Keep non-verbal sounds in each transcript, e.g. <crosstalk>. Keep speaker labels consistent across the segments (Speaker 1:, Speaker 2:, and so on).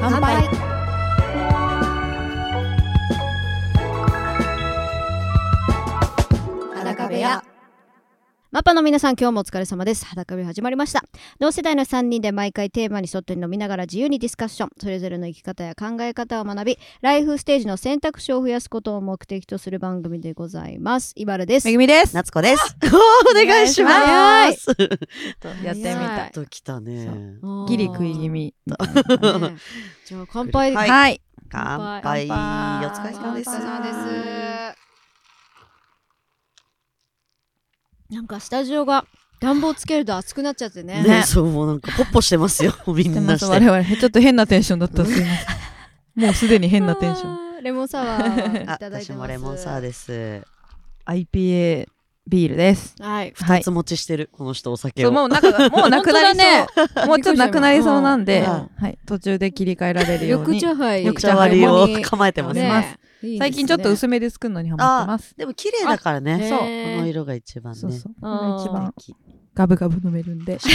Speaker 1: 乾杯
Speaker 2: 裸部屋
Speaker 1: マッパの皆さん今日もお疲れ様です裸部始まりました同世代の3人で毎回テーマに沿って飲みながら自由にディスカッションそれぞれの生き方や考え方を学びライフステージの選択肢を増やすことを目的とする番組でございますイバルです
Speaker 2: めぐみです。
Speaker 3: 夏子です。お願いします。
Speaker 2: やってみ
Speaker 1: は
Speaker 2: た
Speaker 1: い
Speaker 2: い。
Speaker 3: と来たね。
Speaker 2: ギリ食い気
Speaker 1: 味
Speaker 2: 味。
Speaker 1: じゃあ乾杯
Speaker 3: は
Speaker 1: はいい、
Speaker 2: はい。
Speaker 3: 乾
Speaker 1: 乾
Speaker 3: 杯。お
Speaker 2: 杯
Speaker 3: 疲れ様
Speaker 1: 乾杯
Speaker 3: です。
Speaker 1: 様ですなんかスタジオが暖房つけると暑くなっちゃってね
Speaker 3: ね、そう、もうなんかポッポしてますよ。み
Speaker 2: で
Speaker 3: ん
Speaker 2: も
Speaker 3: な
Speaker 2: そう
Speaker 3: し
Speaker 2: 我
Speaker 3: て。
Speaker 2: 々ちょっと変なテンションだった。すいません。もうすでに変なテンション。
Speaker 1: ンレモンサワーい
Speaker 3: あ、
Speaker 1: ただい
Speaker 3: 私
Speaker 1: てます
Speaker 3: もレモンサワーです。
Speaker 2: IPA ビールです。
Speaker 1: はい
Speaker 2: は
Speaker 3: 二
Speaker 2: い
Speaker 3: つ。持ちしてる、この人お酒
Speaker 2: そう
Speaker 3: を。
Speaker 2: もうなんかもうなくなり
Speaker 1: 本
Speaker 2: そう。もうちょっとなくなりそうなんで、
Speaker 3: うん
Speaker 2: はい。途中で切り替えられるよう
Speaker 1: 緑
Speaker 2: に。
Speaker 1: 茶杯
Speaker 2: 緑
Speaker 3: お茶割りを構えてます
Speaker 2: ね
Speaker 3: ね。
Speaker 2: 最近ちょっと
Speaker 1: 薄
Speaker 2: 薄めで作るのにハマってます。
Speaker 3: でも綺麗だからね。
Speaker 1: そう
Speaker 3: この色が一番
Speaker 2: そう
Speaker 3: ね
Speaker 2: そ。う。こ
Speaker 1: あー
Speaker 2: れ一番
Speaker 3: 素敵
Speaker 2: ガブガブ飲めるんで。すい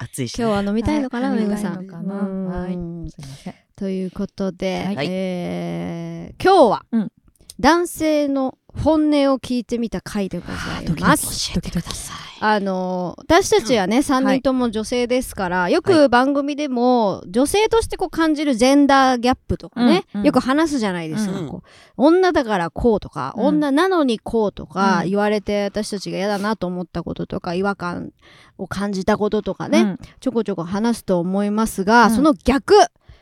Speaker 3: 暑いしね。
Speaker 1: 今日は飲みたいのかな、
Speaker 2: はい
Speaker 1: めぐさん
Speaker 2: 飲みたいのかなはい
Speaker 1: うん
Speaker 2: ません。
Speaker 1: ということで、
Speaker 2: はい
Speaker 1: えー今日は、
Speaker 2: うん
Speaker 1: 男性の本音を聞いてみた回でございます。
Speaker 2: 教えてくださ
Speaker 1: あのー私たちはね、3人とも女性ですから、よく番組でも、女性としてこう感じるジェンダーギャップとかね、
Speaker 2: うんうん
Speaker 1: よく話すじゃないですか、
Speaker 3: うん
Speaker 1: こう女だからこうとか、
Speaker 2: うん
Speaker 1: 女なのにこうとか
Speaker 2: うん
Speaker 1: 言われて、私たちが嫌だなと思ったこととか、違和感を感じたこととか
Speaker 2: い。
Speaker 1: ね、
Speaker 2: うん。
Speaker 1: ちょこちょこ話すと思いますが、
Speaker 2: うん
Speaker 1: その逆、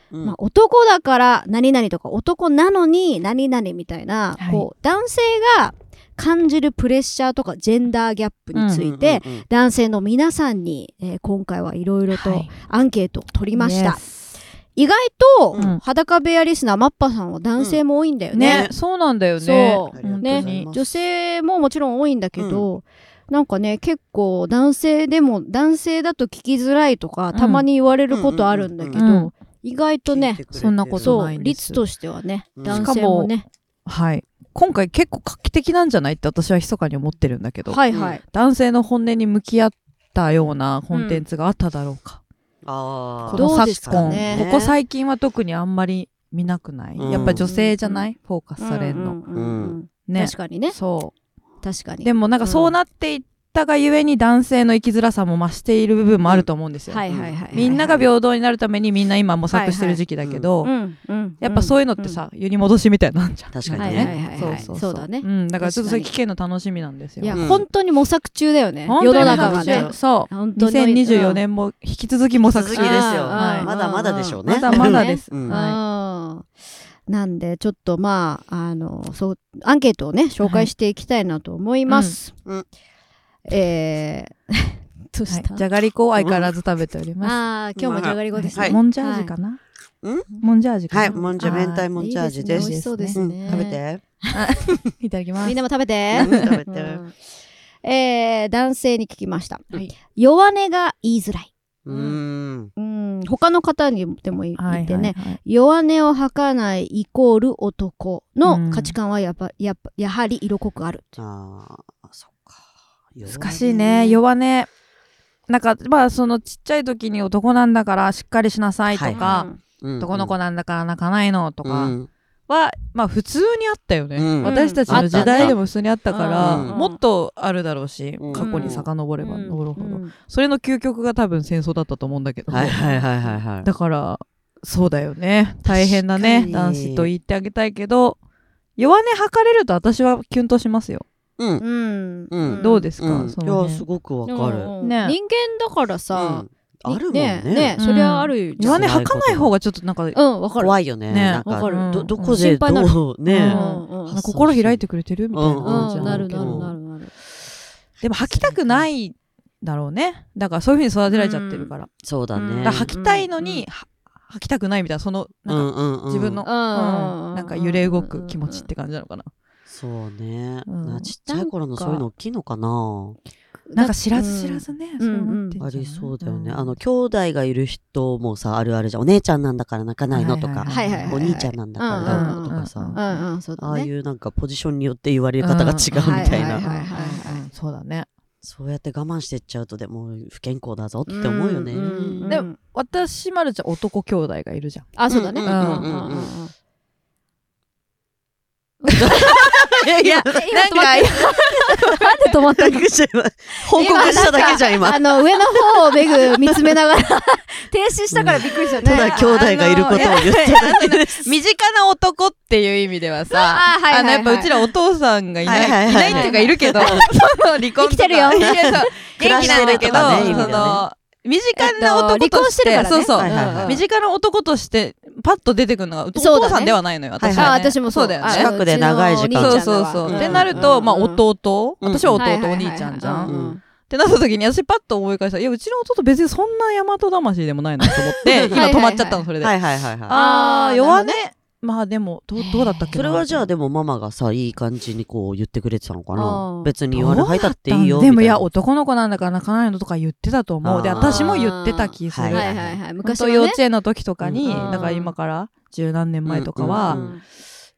Speaker 3: うん
Speaker 1: まあ、男だから何々とか男なのに何々みたいな、
Speaker 2: はい
Speaker 1: こう男性が感じるプレッシャーとかジェンダーギャップについて、、
Speaker 3: うんうんうん
Speaker 1: 男性の皆さんに、えー今回はいろいろ
Speaker 2: は
Speaker 1: と
Speaker 2: い
Speaker 1: アンケートを取りました、
Speaker 2: Yes
Speaker 1: 意外と、
Speaker 2: うん
Speaker 1: 裸部屋リスナーマッパさんは男性も多いんだよね,、
Speaker 2: ね、そうなんだよ
Speaker 1: そ
Speaker 2: ね。
Speaker 1: う
Speaker 2: 本当
Speaker 1: ね
Speaker 2: に。
Speaker 1: 女性ももちろん多いんだけど、なんかね結構男性でも男性だと聞きづらいとか、
Speaker 2: ん
Speaker 1: たまに言われることあるんだけど、
Speaker 2: うんうんうん
Speaker 1: 意外とね、
Speaker 2: そんなこと
Speaker 1: そ
Speaker 2: な
Speaker 1: う
Speaker 2: いんです
Speaker 1: 率としてはね
Speaker 3: うん
Speaker 1: 男性もね
Speaker 2: はい。今回結構画期的なんじゃないって私は密かに思ってるんだけど、
Speaker 1: はいはい、
Speaker 2: 男性の本音に向き合ったようなコンテンツがあっただろうか。
Speaker 3: あ
Speaker 2: こ
Speaker 3: あ。
Speaker 1: どう
Speaker 2: の
Speaker 1: です
Speaker 2: 昨
Speaker 1: か
Speaker 2: 今、
Speaker 1: ね
Speaker 2: ここ最近は特にあんまり見なくない、
Speaker 3: うん
Speaker 2: やっぱ女性じゃない、フォーカスされるの。
Speaker 1: うんうんうんうん
Speaker 2: ね
Speaker 1: 確かにね
Speaker 2: そ
Speaker 1: 確か
Speaker 2: う。
Speaker 1: に
Speaker 2: でもなんかそうなっていったがゆえに男性の生きづらさも増している部分もあると思うんですよ。
Speaker 1: はいはいはい
Speaker 2: みんなが平等になるためにみんな今模索してる時期だけど、
Speaker 1: うんうん
Speaker 2: やっぱそういうのってさ、世に戻しみたいになんじゃん。
Speaker 3: 確
Speaker 1: う
Speaker 3: か
Speaker 1: んはい
Speaker 3: に
Speaker 1: はい
Speaker 3: ね。
Speaker 1: はいはい
Speaker 2: そうそう
Speaker 1: そうだね
Speaker 2: うん、だからちょっとそれ危険の楽しみなんですよ。
Speaker 1: いや、
Speaker 3: うん
Speaker 1: 本当に模索中だよね
Speaker 2: 本
Speaker 1: 世
Speaker 2: 当
Speaker 1: の
Speaker 2: に
Speaker 1: 中が
Speaker 2: 模
Speaker 1: ね
Speaker 2: 索そう。
Speaker 1: 本当に
Speaker 2: 2024年も引き続き模索
Speaker 3: 続き
Speaker 2: 中
Speaker 3: です
Speaker 1: あ
Speaker 3: よ。
Speaker 1: ーあー
Speaker 3: まだまだでしょうね。
Speaker 2: まだまだです。
Speaker 3: うん
Speaker 2: は
Speaker 1: うんなんでちょっとまああのそうアンケートをね紹介していきたいなと思います、
Speaker 3: うんうん
Speaker 1: えー <laughs> どう
Speaker 2: いは
Speaker 1: し
Speaker 2: い
Speaker 1: た、
Speaker 2: じゃがりこを相変わらず食べております。
Speaker 1: ああー今日もじゃがりこですね、
Speaker 3: はい
Speaker 2: モンジャージかな、
Speaker 3: うん
Speaker 2: モンジャージかな
Speaker 3: はい、モンジャ明太モンジャージで
Speaker 1: いい
Speaker 3: す。
Speaker 1: ですね美味しそうです
Speaker 3: う
Speaker 1: ね、
Speaker 3: ん食べて。
Speaker 2: いただきます。
Speaker 1: みんなも食べて
Speaker 3: うん食
Speaker 1: <laughs>
Speaker 3: べて。
Speaker 1: うんえー男性に聞きました、
Speaker 2: はい
Speaker 1: 弱音が言いづらい。
Speaker 3: うーん。
Speaker 1: うん、他の方にでもい
Speaker 2: はい
Speaker 1: いてね。
Speaker 2: はいはい
Speaker 1: 弱音を吐かないイコール男
Speaker 2: う
Speaker 1: の
Speaker 2: ん
Speaker 1: 価値観はやっぱ、やっぱ、やはり色濃くある。
Speaker 3: ああ、そっか。
Speaker 2: 難しいね。弱音。なんか、まあ、そのちっちゃい時に男なんだからしっかりしなさいとか、
Speaker 3: はうん
Speaker 2: 男の子なんだから泣かないのとか
Speaker 3: う
Speaker 2: は、
Speaker 3: ん
Speaker 2: まあ普通にあったよね、
Speaker 3: うん
Speaker 2: 私たちの時代でも普通にあったから、
Speaker 3: うん
Speaker 2: もっとあるだろうし、
Speaker 3: うん
Speaker 2: 過去に遡れば
Speaker 1: うん
Speaker 2: 登るほど、
Speaker 1: うん
Speaker 2: それの究極が多分戦争だったと思うんだけど、
Speaker 3: はいはいはいはいはい。
Speaker 2: だからそうだよね大変だね
Speaker 3: 確か
Speaker 2: 男
Speaker 3: に
Speaker 2: 子と言ってあげたいけど弱音吐かれると私はキュンとしますよ、
Speaker 3: うん。
Speaker 1: うん
Speaker 3: うん
Speaker 2: どうですか、
Speaker 3: うん。
Speaker 2: そ
Speaker 3: い
Speaker 2: のね
Speaker 3: や、すごくわ
Speaker 1: う
Speaker 3: かる。
Speaker 1: ん
Speaker 2: ね
Speaker 1: 人間だからさ、
Speaker 3: うんあるもん
Speaker 1: ね
Speaker 3: ね。
Speaker 1: ねそりゃあるじゃ
Speaker 2: 弱
Speaker 1: ん。
Speaker 3: う
Speaker 2: 音吐かない方がちょっとなんか、
Speaker 1: うん、わかる。
Speaker 3: 怖いよね。
Speaker 2: ね
Speaker 3: なん
Speaker 1: わかる
Speaker 3: ど、どこ
Speaker 1: 心
Speaker 3: で
Speaker 1: 配になる
Speaker 3: どう、
Speaker 1: う
Speaker 3: ね。
Speaker 1: んうん
Speaker 2: あ心開いてくれてるみたいな感じ
Speaker 1: う
Speaker 2: じゃ
Speaker 1: ん、
Speaker 2: な
Speaker 1: ないる
Speaker 2: け
Speaker 1: な
Speaker 2: ど、
Speaker 1: るなるなる。
Speaker 2: でも吐きたくないだろうねだからそういうふうに育てられちゃってるから,、
Speaker 3: そうだ
Speaker 1: うん
Speaker 3: ね
Speaker 2: だから。吐きたいのに、は吐きたくないみたいなそのなんか、
Speaker 3: うん
Speaker 2: 自分の、
Speaker 1: うんうんうん
Speaker 2: うんなんか揺れ動く気持ちって感じなのかな、
Speaker 3: そうね。
Speaker 2: うん
Speaker 3: なちっちゃい頃のそういうの大きいのかな。
Speaker 2: なんか知ら
Speaker 1: うん
Speaker 2: ず知らずね、
Speaker 1: うん
Speaker 2: そうなってんじゃな
Speaker 3: あ
Speaker 2: い
Speaker 3: りそうだよね。
Speaker 2: ん
Speaker 3: あの、兄弟がいる人もさ、あるあるじゃん。お姉ちゃんなんだから泣かないのとか、
Speaker 1: はいはいはい
Speaker 3: お兄ちゃんなんだからどうのとかさ。
Speaker 2: うんうんうんうん
Speaker 1: うんうん、そうだ
Speaker 3: ああ
Speaker 1: ね。
Speaker 3: いうなんかポジションによって言われ方が違うみたい
Speaker 1: うんうんうん
Speaker 3: な。
Speaker 1: はいはいはいはい
Speaker 2: うんそうだね
Speaker 3: そうやって我慢してっちゃうとでも不健康だぞって思うよね。
Speaker 1: んんん
Speaker 2: で私まるちゃん男兄弟がい <laughs> るじゃん
Speaker 1: あ、そうだね。
Speaker 3: う
Speaker 1: うんん
Speaker 3: う
Speaker 1: うんん
Speaker 3: う
Speaker 1: うんん
Speaker 3: うん
Speaker 1: うん。
Speaker 3: い
Speaker 1: <laughs>
Speaker 3: や、
Speaker 2: な
Speaker 1: え今
Speaker 2: んか
Speaker 1: なんで止まったの
Speaker 3: 隠しちゃいます報告しただけじゃん、今。
Speaker 1: あの、上の方をめぐ見つめながら、停止したからびっくりしたね。
Speaker 3: ただ兄弟がいることを言ってただけです。
Speaker 2: 身近な男っていう意味ではさ
Speaker 1: あー、はいはい、はい。
Speaker 2: あのやっぱうちらお父さんがいない、
Speaker 3: はいはいはい
Speaker 2: いないっていうかいるけど、 <laughs> その離婚とか
Speaker 1: 生きてるよ
Speaker 2: いや <laughs> そう
Speaker 3: 暮
Speaker 2: 元気なんだ
Speaker 3: らして
Speaker 2: け
Speaker 3: る
Speaker 2: ど、
Speaker 3: とかね
Speaker 1: 意味
Speaker 2: そ
Speaker 1: では
Speaker 2: の身近な男として、
Speaker 1: えっと離婚してるからね。
Speaker 2: そうそう、
Speaker 3: はいはいはい
Speaker 1: うん
Speaker 2: 身近な男としてパッと出てくるのがお父
Speaker 1: そうだね
Speaker 2: お父さんではないのよ、
Speaker 3: はい
Speaker 2: はね
Speaker 1: あ、私もそう。
Speaker 2: だよ
Speaker 1: あ
Speaker 2: ね
Speaker 3: 近くで長い時間
Speaker 1: うちのお
Speaker 2: そうそうそう、
Speaker 1: 兄ちゃんだわ
Speaker 3: うん
Speaker 2: ってなると、まあ
Speaker 1: うん
Speaker 2: 弟
Speaker 3: うん
Speaker 2: 私は弟、
Speaker 1: はいはいはい
Speaker 2: お兄ちゃんじゃん、
Speaker 1: うう
Speaker 2: ってなった時に私パッと思い返したらいやうちの弟別にそんな大和魂でもないなと思って
Speaker 1: <laughs>
Speaker 2: 今止まっちゃったのそれで、
Speaker 3: はいはいはいはい。
Speaker 2: あ
Speaker 1: あ
Speaker 2: あ
Speaker 1: ー
Speaker 2: 弱音
Speaker 1: な
Speaker 2: まあでもどうどうだったっけ
Speaker 3: そ
Speaker 2: な
Speaker 3: れはじゃあでもママがさ、いい感じにこう言ってくれてたのか
Speaker 1: あ
Speaker 3: な
Speaker 1: ー
Speaker 3: 別に言わない入ったっていいよ。
Speaker 2: でもい
Speaker 3: みた
Speaker 2: や男の子なんだから泣かないのとか言ってたと思うで
Speaker 3: あー
Speaker 2: 私も言ってた気す
Speaker 3: は
Speaker 2: る、
Speaker 3: い
Speaker 1: はいはいはい。
Speaker 2: 昔
Speaker 1: 昔
Speaker 2: と
Speaker 1: は、ね、
Speaker 2: 幼稚園の時とかに、
Speaker 1: うん
Speaker 2: だから今から十何年前とか
Speaker 3: 園
Speaker 2: は、
Speaker 3: うん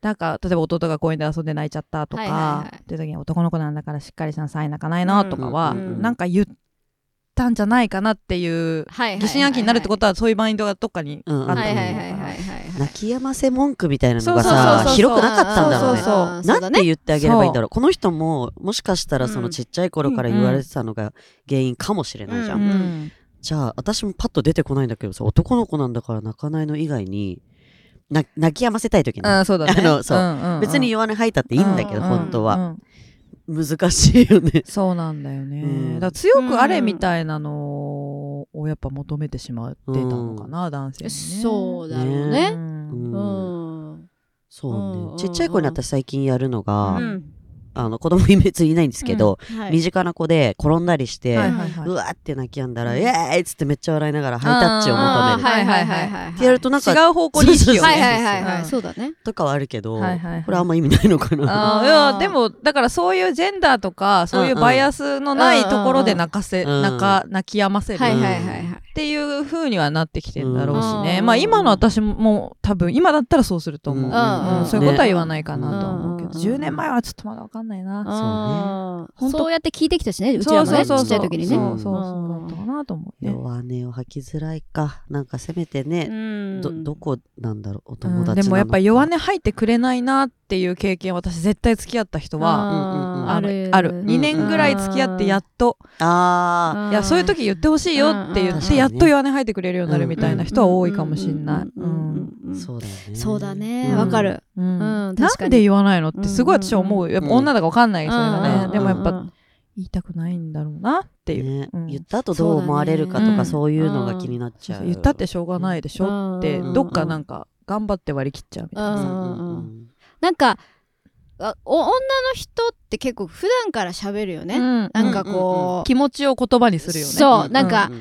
Speaker 2: なんか例えば弟が公園で遊んで泣いちゃったとか、
Speaker 1: はいはいはい
Speaker 2: っていう時に男の子なんだからしっかりしなさい泣かないなとかは、
Speaker 1: うんうん
Speaker 2: なんか言ったんじゃないかなっていう
Speaker 1: はいはいはいはい
Speaker 2: 疑心暗鬼になるってことはそういうマインドがどっかにあった
Speaker 3: と
Speaker 2: と思う
Speaker 1: はい
Speaker 2: か
Speaker 1: はいはいはい
Speaker 2: ら
Speaker 1: はいはい。
Speaker 3: 泣き止ませ文句みたいなのが
Speaker 2: そうそうそう
Speaker 3: さ
Speaker 2: そ、う
Speaker 3: 広くなかったんだろうね
Speaker 2: そう。そう
Speaker 1: あーそう
Speaker 3: な
Speaker 1: だ
Speaker 3: んて
Speaker 1: ね。
Speaker 3: 言ってあげればいいんだろう。この人も、もしかしたらそのちっちゃい頃から言われてたのが原因かもしれないじゃ。
Speaker 2: うん
Speaker 1: うん
Speaker 2: ん
Speaker 3: じゃあ、私もパッと出てこないんだけどさ、男の子なんだから泣かないの以外に、な泣き止ませたい時に、
Speaker 2: うんそうだね
Speaker 3: あのそうん
Speaker 2: んん
Speaker 3: 別に弱音吐いたっていいんだけど、
Speaker 1: うん
Speaker 3: 本当は。
Speaker 2: うん
Speaker 3: 難しいよ
Speaker 2: <laughs>
Speaker 3: ね。
Speaker 2: そうなんだよね、
Speaker 3: うん
Speaker 2: だから強くあれみたいなのをやっぱ求めてしまってたのかな、男性にね
Speaker 1: そうだろ
Speaker 3: ね
Speaker 1: う
Speaker 2: う
Speaker 1: ね。
Speaker 2: ん
Speaker 1: うん。
Speaker 3: そう
Speaker 1: う
Speaker 3: ね。
Speaker 1: ん
Speaker 3: ちっちゃい子に私最近やるのが、
Speaker 1: うん
Speaker 3: あの、子供に別にいないんですけど、
Speaker 1: はい
Speaker 3: 身近な子で転んだりして、
Speaker 2: はいはいはいう
Speaker 3: わーって泣き止んだら、
Speaker 2: うん
Speaker 3: イエーイっつってめっちゃ笑いながらハイタッチを求める。
Speaker 1: あーはいはいはいはい。
Speaker 3: ってやるとなんか、
Speaker 2: 違う方向に意識を
Speaker 1: は
Speaker 2: ね
Speaker 1: いはいはいはい。
Speaker 2: うん
Speaker 1: そうだね。
Speaker 3: とかはあるけど、
Speaker 2: はいはいはい
Speaker 3: これあんま意味ないのかな。
Speaker 2: あーいやでもだからそういうジェンダーとかそういうバイアスのないところで泣かせ、
Speaker 3: うんうん
Speaker 2: 泣か泣き止ませる
Speaker 1: はいはい
Speaker 2: っ
Speaker 1: はいはい。
Speaker 2: ていう風にはなってきてんだろうしね、
Speaker 1: うん
Speaker 2: まあ今の私も多分今だったらそうすると思う、
Speaker 3: うん
Speaker 1: うん
Speaker 2: うんそういうことは言わないかなとは思うけど、
Speaker 1: うん
Speaker 2: 10年前はちょっとまだわかんないな、
Speaker 1: あー
Speaker 2: ほんと
Speaker 1: そうやって聞いてきたしね、うち
Speaker 2: そ
Speaker 1: ら
Speaker 2: う
Speaker 1: も
Speaker 2: そ
Speaker 1: ね、
Speaker 2: う
Speaker 1: ち
Speaker 2: そう
Speaker 1: っち
Speaker 2: そ
Speaker 1: ゃ
Speaker 2: う
Speaker 1: い時に
Speaker 2: そ
Speaker 1: ね。
Speaker 2: うそうそうだったかなと思うね。
Speaker 3: 弱音を吐きづらいか。なんかせめてね、ど、どこなんだろう、お
Speaker 2: う
Speaker 3: 友達なの
Speaker 2: ん
Speaker 3: か
Speaker 2: でもやっぱ弱音吐いてくれないなっていう経験私絶対付き合った人は
Speaker 3: うんうんうん
Speaker 2: あるある2年ぐらい付き合ってやっと
Speaker 3: あー
Speaker 2: いやそういう時言ってほしいよって言
Speaker 1: うん
Speaker 2: っ
Speaker 1: うんう
Speaker 2: て
Speaker 1: ん
Speaker 2: やっと弱音吐いてくれるようになるみたいな人は多いかもしんない。
Speaker 1: う
Speaker 2: うん
Speaker 1: うんうん
Speaker 2: ん
Speaker 1: うんうん
Speaker 3: そうだよね。
Speaker 1: そうだね、
Speaker 3: うん
Speaker 1: わかる。
Speaker 2: うん
Speaker 1: う
Speaker 2: な
Speaker 1: ん確かに
Speaker 2: んで言わないのってすごい私は思うやっぱ女だかわかんないそれ
Speaker 1: うんうん
Speaker 2: が
Speaker 1: うん
Speaker 2: ねでもやっ
Speaker 1: う
Speaker 2: ぱ
Speaker 1: ん
Speaker 2: 言いたくないんだろうなっていう
Speaker 3: ね
Speaker 2: うん
Speaker 3: 言った後どう思われるかとか
Speaker 2: そ
Speaker 3: そういうのが気になっ
Speaker 2: そ
Speaker 3: ち
Speaker 2: う
Speaker 3: ゃ。
Speaker 2: そうう言ったってしょうがないでしょって
Speaker 1: うん
Speaker 2: どっかなんか頑張って割り切っちゃうみたいな
Speaker 3: うん
Speaker 2: さ
Speaker 3: うんうん
Speaker 1: うんなんかあお女の人って結構普段から喋るよね、
Speaker 2: うん
Speaker 1: なんかこう、
Speaker 2: 気持ちを言葉にするよね
Speaker 1: そう
Speaker 3: う
Speaker 1: なんか
Speaker 3: うう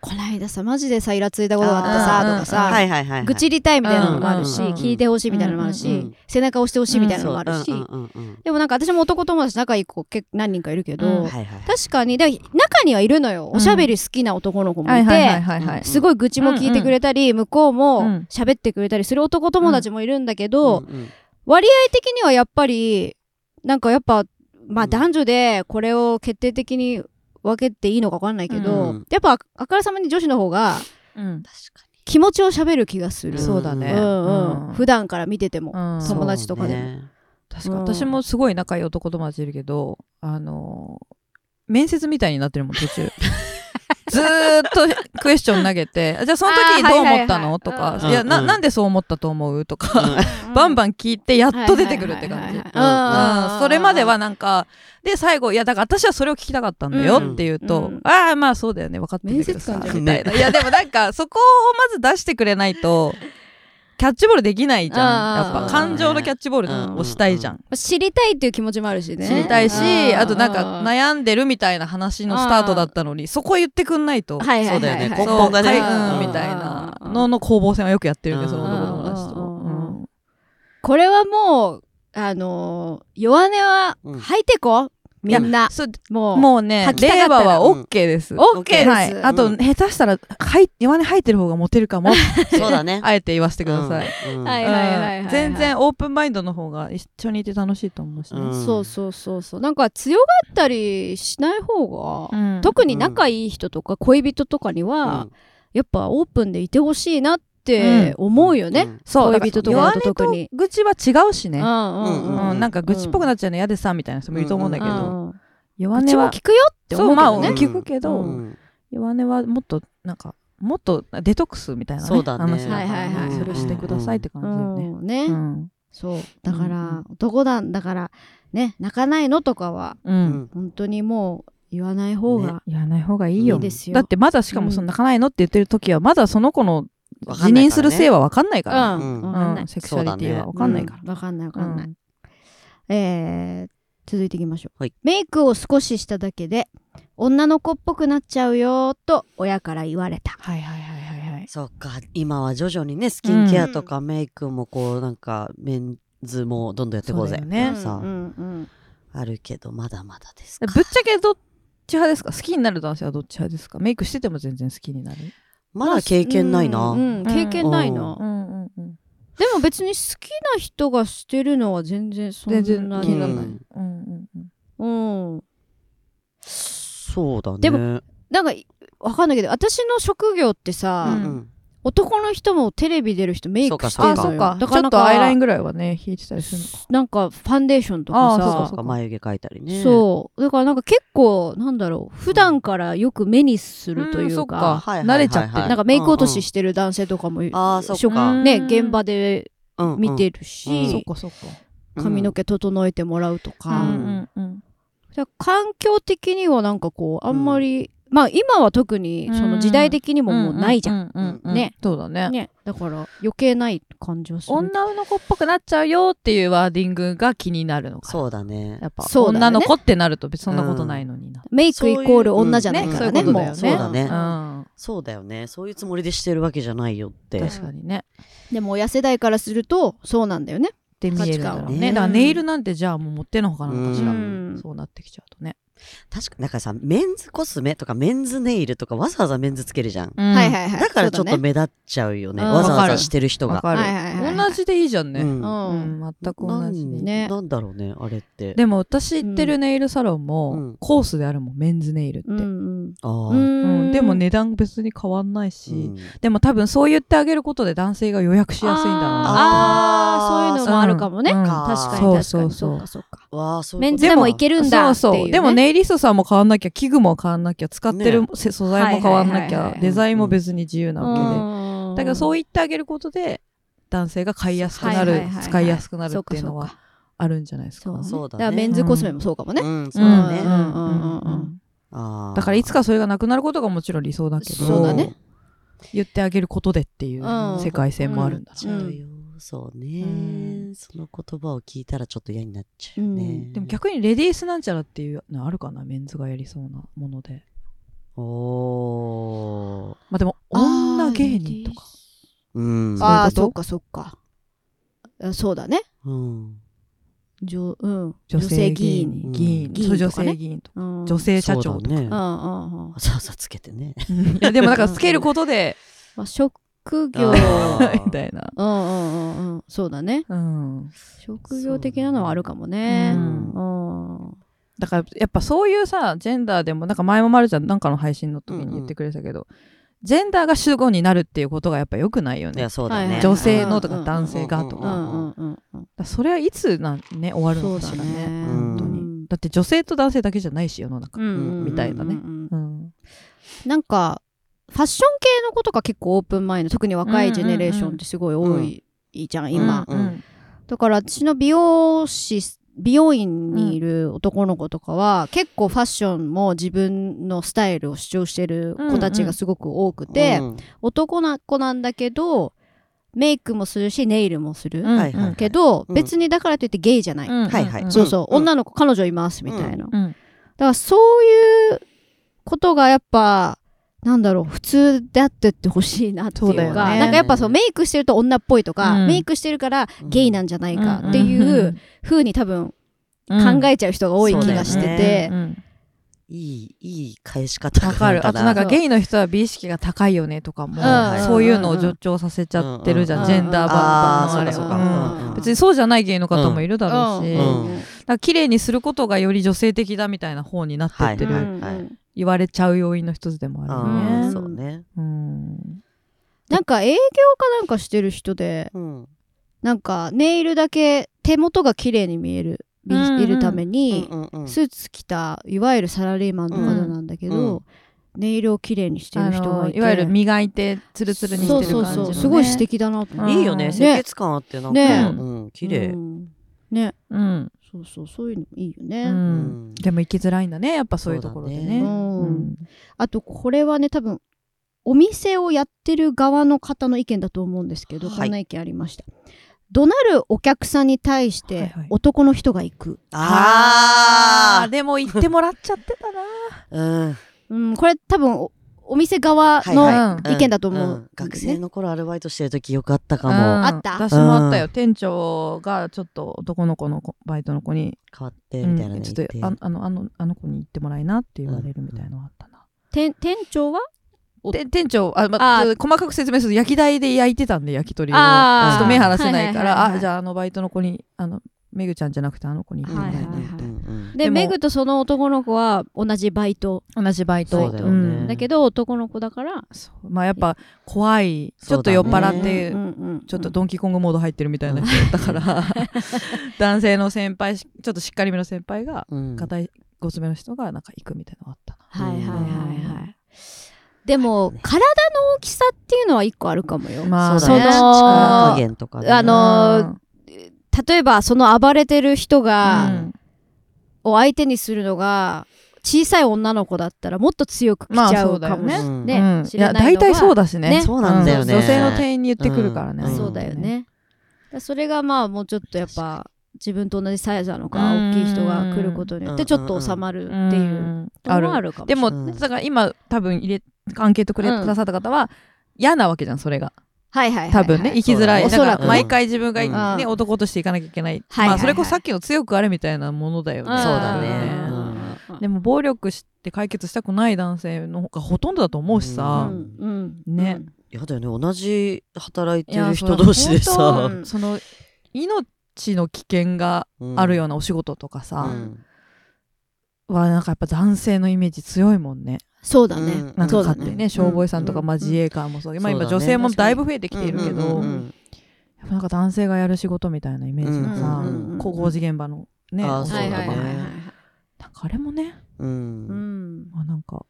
Speaker 1: こないださマジでさイラついたことがあってさ
Speaker 2: あー
Speaker 1: とか
Speaker 2: うん
Speaker 1: さ、
Speaker 3: はいはいはいはい。
Speaker 1: 愚痴りたいみたいなのもあるし、
Speaker 2: うんうんうん
Speaker 1: 聞いてほしいみたいなのもあるし、
Speaker 3: うんうん
Speaker 1: 背中押してほしいみたいなのもあるし、
Speaker 3: そううんうんうん
Speaker 1: でもなんか私も男友達仲いい子結構何人かいるけど、
Speaker 2: うん
Speaker 3: うんはいはい。
Speaker 1: 確かにで中にはいるのよおしゃべり好きな男の子もいて、
Speaker 2: はいはいはいはいはい
Speaker 1: すごい愚痴も聞いてくれたり、向こう
Speaker 2: う
Speaker 1: も
Speaker 2: ん
Speaker 1: 喋ってくれたりする男友達もいるんだけど、
Speaker 3: うんうん
Speaker 1: 割合的にはやっぱりなんかやっぱま
Speaker 3: う
Speaker 1: あ
Speaker 3: ん
Speaker 1: 男女でこれを決定的に分けていいのか分かんないけど、
Speaker 3: うん
Speaker 1: やっぱあからさまに女子の方が
Speaker 2: うん
Speaker 3: 確かに。
Speaker 1: 気持ちを喋る気がする、
Speaker 3: うん
Speaker 2: そうだ
Speaker 1: う
Speaker 2: ね
Speaker 1: んうん
Speaker 2: うん
Speaker 1: 普段から見てても、
Speaker 2: うん
Speaker 1: 友達とかでも
Speaker 3: そうね
Speaker 2: 確か
Speaker 1: うん
Speaker 2: 私もすごい仲良い男友達いるけど、あのー面接みたいになってるもん途
Speaker 1: <laughs>
Speaker 2: 中ずーっとクエスチョン投げて「じゃあその時
Speaker 1: あー
Speaker 2: どう
Speaker 1: はいはいはい
Speaker 2: 思ったの?」とか
Speaker 3: う
Speaker 2: 「
Speaker 3: ん
Speaker 2: いや
Speaker 3: うん
Speaker 2: ななんでそう思ったと思う?」とか、
Speaker 1: う
Speaker 2: <laughs>
Speaker 1: ん
Speaker 2: バンバン聞いてやっと出てくるって感じ。
Speaker 1: はいはい
Speaker 3: う
Speaker 1: は
Speaker 3: ん
Speaker 1: いはい
Speaker 2: うんそれまではなんかで最後「いやだから私はそれを聞きたかったんだよ」って言うと「
Speaker 1: うん
Speaker 2: ああまあそうだよね分かってるけどさ」
Speaker 1: 面接官
Speaker 3: じゃん
Speaker 2: みたいな、いやでもなんかそこをまず出してくれないとキャッチボールできないじゃん
Speaker 1: あー
Speaker 2: やっぱ感情のキャッチボ
Speaker 3: うんうん
Speaker 2: ー
Speaker 3: うん
Speaker 2: ルをしたいじゃん。
Speaker 1: 知りたいっていう気持ちもあるしね
Speaker 2: 知りたいし、
Speaker 1: うん
Speaker 2: あとなん
Speaker 1: う
Speaker 2: か
Speaker 1: う
Speaker 2: 悩んでるみたいな話のスタートだったのに、そこ言ってくんないと。
Speaker 1: はいは
Speaker 3: そ
Speaker 1: いう
Speaker 3: だ
Speaker 1: はい
Speaker 3: よ
Speaker 1: は
Speaker 3: ね。
Speaker 1: い
Speaker 3: 根
Speaker 2: そう
Speaker 3: 本がね。
Speaker 2: はいうん
Speaker 3: うん
Speaker 2: みたいな
Speaker 1: うん
Speaker 2: のの攻防戦はよくやってるけど、その
Speaker 3: うん
Speaker 2: 男友達と。
Speaker 1: うん
Speaker 2: うん
Speaker 1: これはもうあのー弱音は
Speaker 3: うん
Speaker 1: 吐いてこ、みんな
Speaker 2: そう
Speaker 1: もう
Speaker 2: もうね
Speaker 1: 書、きたか
Speaker 2: 令
Speaker 1: ったら
Speaker 2: 和は OK です。
Speaker 1: オッケーです、
Speaker 2: はい。あ
Speaker 3: う
Speaker 2: と、
Speaker 3: ん
Speaker 2: 下手したら、はい、弱音吐いてる方がモテるかも。
Speaker 3: そうだね。
Speaker 2: あえて言わせてください。
Speaker 3: うん。うん
Speaker 1: はい
Speaker 2: うん全然オープンマインドの方が一緒にいて楽しいと思うし
Speaker 3: う
Speaker 2: ね。
Speaker 3: ん
Speaker 1: そうそうそうそうなんか強がったりしない方
Speaker 2: う
Speaker 1: が、
Speaker 2: ん
Speaker 1: 特に仲いい人とか恋人とかには、やっぱオープンでいてほしいなって思うよね、
Speaker 3: ん
Speaker 2: そう
Speaker 1: 恋人と
Speaker 2: 弱
Speaker 1: かだ
Speaker 2: み
Speaker 1: と
Speaker 2: と
Speaker 1: 特に
Speaker 2: 愚痴は違うし
Speaker 1: う
Speaker 2: ね、
Speaker 1: んうん
Speaker 2: うん
Speaker 3: うん
Speaker 2: なんか愚痴っぽくなっちゃうの嫌でさみたいな人もいると思うんだけど、
Speaker 3: うんうん
Speaker 1: う
Speaker 2: 弱
Speaker 1: ち
Speaker 2: 音
Speaker 1: も
Speaker 2: は
Speaker 1: 聞くよって思
Speaker 2: そう
Speaker 1: うけ
Speaker 2: まあ
Speaker 1: ど
Speaker 3: ね
Speaker 1: ね
Speaker 2: 聞くけど、
Speaker 1: うん
Speaker 3: うん
Speaker 2: 弱音はもっとなんかもっとデトックスみたいな、ね、
Speaker 3: そうだね
Speaker 2: 話だから
Speaker 1: はいはいはい
Speaker 2: それをしてくださいって感じだよね。
Speaker 1: うんね、
Speaker 2: うん
Speaker 1: そうだから、
Speaker 2: うんうん
Speaker 1: 男なんだからね泣かないのとかは
Speaker 2: うん
Speaker 3: うん
Speaker 1: 本当にもう言わない方が、
Speaker 2: やらない方がいいよ。
Speaker 3: いいです
Speaker 1: よ
Speaker 2: だってまだしかもその泣かないのって言ってる時はまだその子の
Speaker 3: わか
Speaker 2: 辞
Speaker 3: んないからね
Speaker 2: 任する性は分かんないか
Speaker 1: う
Speaker 2: ら。
Speaker 1: ん、
Speaker 3: うん
Speaker 1: わ
Speaker 2: う
Speaker 1: かんない、
Speaker 2: セクシャリティは分かんないから。
Speaker 1: ら、わかんないわかんない、
Speaker 2: うん
Speaker 1: えー、続いていきましょう、
Speaker 3: はい
Speaker 1: メイクを少ししただけで女の子っぽくなっちゃうよと親から言われた
Speaker 2: はいはいはいはいはい。
Speaker 3: そっか今は徐々にねスキンケアとかメイクもこうなんかメンズもどんどんやっていこう
Speaker 2: そう
Speaker 3: ぜ
Speaker 2: だよね
Speaker 3: さ
Speaker 1: うんうん
Speaker 3: あるけどまだまだです
Speaker 2: ぶ
Speaker 3: か
Speaker 2: っちゃけどっち派ですか好きになる男性はどっち派ですかメイクしてても全然好きになる。
Speaker 1: うん、
Speaker 3: まだ経験ないな、
Speaker 1: うんうん経験ないな、
Speaker 2: ん
Speaker 3: うん
Speaker 2: うんうん。
Speaker 1: でも別に好きな人がしてるのは全然そんな
Speaker 2: 全
Speaker 1: に
Speaker 2: 然気にならない。
Speaker 3: うん
Speaker 2: うんうんうん。
Speaker 1: うん
Speaker 3: そうだね
Speaker 1: でもなんかいわかんないけど私の職業ってさ、
Speaker 2: うん
Speaker 1: 男の人もテレビ出る人メイクしてるのよ
Speaker 2: あ、そうか。
Speaker 1: だ
Speaker 2: ち
Speaker 1: から
Speaker 2: ょっ
Speaker 1: なんか
Speaker 2: とアイラインぐらいはね、引いてたりするのか。
Speaker 1: なんかファンデーションとか
Speaker 2: あー
Speaker 1: さ
Speaker 2: そうか
Speaker 3: そうか眉毛描いたりね
Speaker 1: そうだからなんか結構なんだろう普段からよく目にするといううんか,、
Speaker 2: そっ
Speaker 3: あ
Speaker 2: か
Speaker 3: はいはいはいは
Speaker 2: 慣
Speaker 3: い
Speaker 2: れちゃってる
Speaker 1: なんかメイク落と
Speaker 3: うんう
Speaker 1: し
Speaker 3: ん
Speaker 1: してる男性とかも、
Speaker 3: あーそっ
Speaker 1: しょ
Speaker 3: か、
Speaker 2: うん
Speaker 1: ね現場で
Speaker 3: うんうん
Speaker 1: 見てるし、
Speaker 3: うん
Speaker 2: そっかそっか。
Speaker 1: 髪の毛整えてもらうとか,、
Speaker 3: うん
Speaker 2: うん。
Speaker 1: だから環境的にはなんかこうあんまり、まあ今は特にその時代的にももうないじゃん、
Speaker 2: んうんうん。
Speaker 1: ね。
Speaker 2: そうだね。
Speaker 1: ね、だから余計ない感じはする
Speaker 2: 女の子っぽくなっちゃうよっていうワーディングが気になるのかな
Speaker 3: そうだね
Speaker 2: やっぱ、
Speaker 1: そうだよね
Speaker 2: 女の子ってなると別にそんなことないのにな。
Speaker 1: メイクイコール女じゃない
Speaker 2: ね
Speaker 1: か
Speaker 2: そうい
Speaker 1: ら
Speaker 2: うこと
Speaker 1: ね、も
Speaker 2: だよね。
Speaker 3: そうだね
Speaker 2: うん
Speaker 3: そうだよねそういうつもりでしてるわけじゃないよって
Speaker 2: 確かにね。
Speaker 1: でも親世代からするとそうなんだよね
Speaker 2: で見えるだ
Speaker 1: 価値
Speaker 2: ろ
Speaker 1: 観
Speaker 2: う
Speaker 1: は
Speaker 2: ね。
Speaker 3: ね
Speaker 2: だからネイルなんてじゃあもう持ってのほかなのかしら、
Speaker 1: うん
Speaker 2: そうなってきちゃうとね。
Speaker 3: 確かだからさメンズコスメとかメンズネイルとかわざわざメンズつけるじゃん、
Speaker 1: はいはいはい
Speaker 3: だからち
Speaker 1: そ
Speaker 3: ょっと
Speaker 1: うだね
Speaker 3: 目立っちゃうよね
Speaker 1: うん
Speaker 3: わざわ
Speaker 2: わか
Speaker 3: ざ
Speaker 2: る
Speaker 3: してる人
Speaker 2: わ
Speaker 3: が
Speaker 2: かる、
Speaker 1: はいはいはい
Speaker 2: 同じでいいじゃんね。
Speaker 3: う
Speaker 2: うん
Speaker 3: ん
Speaker 2: うん
Speaker 1: うん
Speaker 2: 全く同じ
Speaker 3: なん
Speaker 2: で。
Speaker 1: ね
Speaker 3: なんだろうねあれって
Speaker 2: でも私行ってるネイルサロンも、
Speaker 3: うん
Speaker 2: コースであるもん、メンズネイルって。
Speaker 1: う
Speaker 2: うん
Speaker 1: ん
Speaker 3: ああ、
Speaker 1: う
Speaker 3: うん
Speaker 1: んうん
Speaker 2: でも値段別に変わんないし、でも多分そう言ってあげることで男性が予約しやすいんだろうな。
Speaker 1: あーあーそういうのもあるかもね、
Speaker 2: うんうん
Speaker 1: 確かに確か
Speaker 2: そう
Speaker 1: に
Speaker 2: そうそう
Speaker 1: そうかそうか
Speaker 3: わあそういうこ
Speaker 1: メ
Speaker 3: と
Speaker 1: ンズでもいけるんだっていう、ね、
Speaker 2: そうそうでもネイリストさんも変わんなきゃ器具も変わんなきゃ使ってる
Speaker 3: ね
Speaker 2: せ素材も変わんなき
Speaker 1: はいはいはい
Speaker 2: ゃ
Speaker 1: はい
Speaker 2: デザインも別に自由な
Speaker 1: う
Speaker 2: わけで、
Speaker 1: ん
Speaker 2: だからそう言ってあげることで男性が買いやすくな
Speaker 1: はい
Speaker 2: る
Speaker 1: はいはいはい
Speaker 2: 使いやすくなる
Speaker 1: そ
Speaker 2: っ
Speaker 1: か
Speaker 2: ていうの
Speaker 1: そ
Speaker 2: は
Speaker 1: か
Speaker 2: あるんじゃないですか
Speaker 1: そう
Speaker 3: そうだ
Speaker 1: だか
Speaker 3: ね
Speaker 1: らメンズコスメもそうかもね、
Speaker 3: うんそううだ
Speaker 1: だね
Speaker 3: ね、
Speaker 1: うんうんうんうん
Speaker 3: あー
Speaker 2: だからいつかそれがなくなることがもちろん理想だけど
Speaker 1: そうだね
Speaker 2: 言ってあげることでっていう
Speaker 1: うん
Speaker 2: 世界線もあるんだ
Speaker 3: なっ
Speaker 2: な、
Speaker 3: ちゃうよ、そうね、
Speaker 2: うん
Speaker 3: その言葉を聞いたらちょっと嫌になっちゃうね、
Speaker 1: うん
Speaker 2: でも逆にレディースなんちゃらっていうのあるかなメンズがやりそうなもので
Speaker 3: おー
Speaker 2: まあでも女芸人とか
Speaker 3: うん
Speaker 2: そういうこと
Speaker 1: あーそうかそうかあそうだね
Speaker 3: うん
Speaker 1: 女,、うん、
Speaker 2: 女性議
Speaker 1: 女
Speaker 2: 員
Speaker 3: うん
Speaker 2: 議員
Speaker 1: 議員
Speaker 2: そう女
Speaker 1: とかね
Speaker 2: 性議員とか
Speaker 1: うん
Speaker 2: 女性社長
Speaker 3: そう
Speaker 2: と
Speaker 3: だ
Speaker 2: か
Speaker 3: ね
Speaker 1: うんうんうん
Speaker 3: わざわざつけてね
Speaker 2: いやでもなんかつけること
Speaker 1: <laughs>
Speaker 2: で
Speaker 1: まあ、職業
Speaker 3: あー
Speaker 2: みたいな
Speaker 1: うんうんうんうんそうだね
Speaker 2: うん
Speaker 1: 職業的なのはあるかもねうん、
Speaker 2: だからやっぱそういうさジェンダーでもなんか前もまるちゃんなんかの配信の時に言ってくれてたけど、ジェンダーが主語になるっていうことがやっぱ良くないよ
Speaker 3: い
Speaker 2: ね
Speaker 3: やそうだ
Speaker 1: はいは
Speaker 3: ね
Speaker 1: い
Speaker 2: 女性のと
Speaker 1: うんうんう
Speaker 2: か
Speaker 1: ん
Speaker 2: 男性がとか,、だ
Speaker 1: う
Speaker 2: か
Speaker 1: んうんうんうん
Speaker 2: らそれはいつなんね終わる
Speaker 1: そ
Speaker 2: の
Speaker 1: う
Speaker 2: か
Speaker 1: だ
Speaker 2: しら
Speaker 1: ね
Speaker 2: ね
Speaker 3: 本当
Speaker 2: に
Speaker 1: うん
Speaker 2: だって女性と男性だけじゃないし世の中、
Speaker 1: うん
Speaker 2: みたいなね
Speaker 1: うんうんうん
Speaker 2: うん
Speaker 1: なんかファッション系の子とか結構オープン前の特に若いジェネレーションってすごい多いじゃん今、
Speaker 3: うんうん
Speaker 1: だから私の美容師美容院にいる男の子とかは、結構ファッションも自分のスタイルを主張してる子たちがすごく多くて、
Speaker 3: うん
Speaker 1: 男の子なんだけどメイクもするしネイルもす
Speaker 2: う
Speaker 1: る、
Speaker 2: ん
Speaker 3: はいはいはい
Speaker 1: けど、
Speaker 3: うん
Speaker 1: 別にだからといってゲイじゃない、
Speaker 2: うん
Speaker 3: はいはい
Speaker 2: うん
Speaker 1: そうそう、
Speaker 3: うん
Speaker 1: 女の子彼女いますみたいな、だ
Speaker 2: うん
Speaker 1: からそういうことがやっぱなんだろう普通であってってほしいなっていう
Speaker 2: そうだ
Speaker 1: か
Speaker 2: よね
Speaker 1: なんかやっぱそうメイクしてると女っぽいとか、
Speaker 2: うん
Speaker 1: メイクしてるからゲイなんじゃないかっていう、風に多分
Speaker 2: うん
Speaker 1: 考えちゃう人が多い気がして
Speaker 3: そう
Speaker 1: て、
Speaker 2: うんうん
Speaker 3: いいいい返し方
Speaker 2: わかる。あとなんかゲイの人は美意識が高いよねとかも、
Speaker 3: うん
Speaker 2: そういうのを助長させちゃってるじゃん、
Speaker 1: うん
Speaker 2: ジェンダーバンバンのあれ
Speaker 3: あーそう
Speaker 1: かそうか
Speaker 2: はうん別にそうじゃないゲイの方もいるだろうし、
Speaker 3: うん
Speaker 2: だから綺麗にすることがより女性的だみたいな方になってって
Speaker 3: うん
Speaker 2: る
Speaker 3: はいはい
Speaker 2: 言われちゃう要因の一つでもある
Speaker 3: あ
Speaker 2: よ
Speaker 3: あ、
Speaker 2: ね。
Speaker 3: そうね。
Speaker 2: うん、
Speaker 1: なんか営業かなんかしてる人で
Speaker 3: うん。
Speaker 1: なんかネイルだけ手元が綺麗に見える見
Speaker 2: うんうん
Speaker 1: えるために
Speaker 3: うんうんうん
Speaker 1: スーツ着たいわゆるサラリーマンの方なんだけど、
Speaker 3: うんうん
Speaker 1: ネイルを綺麗にして
Speaker 2: あ
Speaker 1: る人が
Speaker 2: の
Speaker 1: いて
Speaker 2: いわゆる磨いてツルツルにしてる感じの、ね、
Speaker 1: そうそうそうすごい素敵だなと思っ
Speaker 2: うん
Speaker 1: て
Speaker 3: いいよね。
Speaker 2: ね
Speaker 3: 清潔感あって、なん
Speaker 1: ね
Speaker 3: か、うん、綺麗
Speaker 1: う。んね
Speaker 2: うん
Speaker 1: そうそうそういうのいいよ
Speaker 2: う
Speaker 1: ね、
Speaker 2: ん
Speaker 3: ん
Speaker 2: でも行きづらいんだねやっぱそういうところでね
Speaker 3: そうだ
Speaker 1: ん
Speaker 2: うん
Speaker 1: あとこれはね多分お店をやってる側の方の意見だと思うんですけど、
Speaker 3: はい
Speaker 1: こんな意見ありました怒鳴るお客さんに対し
Speaker 2: はい
Speaker 1: て
Speaker 2: はい
Speaker 1: 男の人が行く、
Speaker 2: あ
Speaker 3: あ
Speaker 2: ーでも行ってもらっちゃってたな
Speaker 3: あうん。
Speaker 1: うん、これ多分おお店側の、
Speaker 2: はい
Speaker 1: うん意見だと思う
Speaker 3: 学生の頃アルバイトしてる時よくあったかも。
Speaker 2: うん
Speaker 1: あった
Speaker 2: 私もあったよ店長がちょっと男の子の子バイトの子に
Speaker 3: 変わって、みたいな
Speaker 2: う
Speaker 3: ね。
Speaker 2: んちょっと
Speaker 3: 言
Speaker 2: あ
Speaker 3: っ
Speaker 2: のあのあのあの子に行ってもらいなって言われるみたいなのがあったな、
Speaker 1: 店店長はうん
Speaker 2: で店長あ、ま
Speaker 1: あ
Speaker 2: ちょっと細かく説明すると焼き台で焼いてたんで焼き鳥をちょ
Speaker 1: あ
Speaker 3: ー
Speaker 2: っと目離せないから、
Speaker 1: はいはいはいはい
Speaker 2: あじゃああのバイトの子にあのめぐちゃんじゃなくてあの子に行ってても
Speaker 1: は
Speaker 2: ら
Speaker 1: い
Speaker 2: い
Speaker 1: は
Speaker 2: た
Speaker 1: い
Speaker 2: い
Speaker 1: はい
Speaker 3: うん
Speaker 1: で
Speaker 2: でも
Speaker 1: メグとその男の子は同じバイト
Speaker 2: 同じバイト
Speaker 3: そうだよね
Speaker 2: ん
Speaker 1: だけど男の子だから
Speaker 2: そうまあやっぱ怖いちょっと酔っ
Speaker 3: そう
Speaker 2: 払
Speaker 3: だね
Speaker 2: っ
Speaker 1: う
Speaker 2: て
Speaker 1: んうんうん
Speaker 2: ちょっとドンキーコングモード入ってるみたいな人だったから
Speaker 3: <laughs>
Speaker 2: 男性の先輩しちょっとしっかりめの先輩が
Speaker 3: うん
Speaker 2: 硬いごつめの人がなんか行くみたいなのあったな
Speaker 1: はいはいはい
Speaker 2: う
Speaker 1: はいでも
Speaker 3: ね
Speaker 1: 体の大きさっていうのは一個あるかもよ、
Speaker 2: まあ
Speaker 3: そうだね
Speaker 1: その
Speaker 3: 力加減とかね。
Speaker 1: あの例えばその暴れてる人が、
Speaker 2: うん
Speaker 1: を相手にするのが小さい女の子だったらもっと強く来ちゃうかもしれ
Speaker 3: まあ
Speaker 1: ない。
Speaker 3: そうだ
Speaker 2: う
Speaker 1: ね
Speaker 2: ん
Speaker 1: 知
Speaker 2: い
Speaker 1: ら
Speaker 2: や
Speaker 1: な
Speaker 2: 大
Speaker 1: いのが
Speaker 2: 体そうだしね
Speaker 1: ね
Speaker 3: そうなんだよね
Speaker 2: うん女性の店員に言ってくるからね、
Speaker 3: うん
Speaker 1: そうだよね。だそれがまあもうちょっとやっぱ自分と同じサイズなのか
Speaker 2: うん
Speaker 1: 大きい人が来ることによって
Speaker 3: うん
Speaker 1: ちょっと収まる
Speaker 2: う
Speaker 1: っていうんの
Speaker 2: あ
Speaker 1: もあ
Speaker 2: る
Speaker 1: るかも
Speaker 2: で
Speaker 1: しれない。
Speaker 2: も、
Speaker 3: うん
Speaker 2: だから今多分入れアンケートくれ
Speaker 1: うん
Speaker 2: くださった方は嫌なわけじゃんそれが
Speaker 1: はいはいはいはい
Speaker 2: 多分ね行きづらい
Speaker 1: おそ
Speaker 2: だ
Speaker 1: らく
Speaker 2: から毎回自分が、
Speaker 1: うん
Speaker 2: ね、男として行かなきゃいけない、
Speaker 1: はいはいはい
Speaker 2: まあ、それこそさっきの強くあれみたいなものだよね、
Speaker 1: ん
Speaker 3: そうだね
Speaker 1: うん
Speaker 3: うん
Speaker 1: うん
Speaker 2: でも暴力して解決したくない男性の方がほとんどだと思うし
Speaker 1: う
Speaker 2: さ、
Speaker 1: んうん
Speaker 2: ね
Speaker 3: やだよね。同じ働いてる
Speaker 2: いや
Speaker 3: 人
Speaker 2: そう
Speaker 3: 同士で
Speaker 1: 本
Speaker 3: さ
Speaker 1: 当。うん
Speaker 2: その命の危険が
Speaker 3: うん
Speaker 2: あるようなお仕事とか
Speaker 3: う
Speaker 2: さ、
Speaker 3: ん
Speaker 2: はなんかやっぱ男性のイメージ強いもんね
Speaker 1: そうだね。
Speaker 3: うん
Speaker 2: なんか
Speaker 1: そうだ
Speaker 2: 勝
Speaker 1: ね
Speaker 2: 手にね消防士さんとか、
Speaker 1: うん
Speaker 2: まあ、自衛官もそう、まあ、
Speaker 3: そう
Speaker 2: 今
Speaker 3: だね
Speaker 2: 女性もだいぶ増えてきているけど、
Speaker 1: うんうんうん
Speaker 2: やっぱなんか男性がやる仕事みたいなイメージがさ、
Speaker 1: うんうんうんうん
Speaker 2: 高校事現場のね
Speaker 3: あー
Speaker 2: お仕
Speaker 3: そう
Speaker 1: は
Speaker 2: 事と
Speaker 1: いはい
Speaker 2: か
Speaker 1: はいはいはい
Speaker 3: そうだね
Speaker 2: なんかあれもね、
Speaker 3: う
Speaker 1: うんん。
Speaker 2: まあ、なんか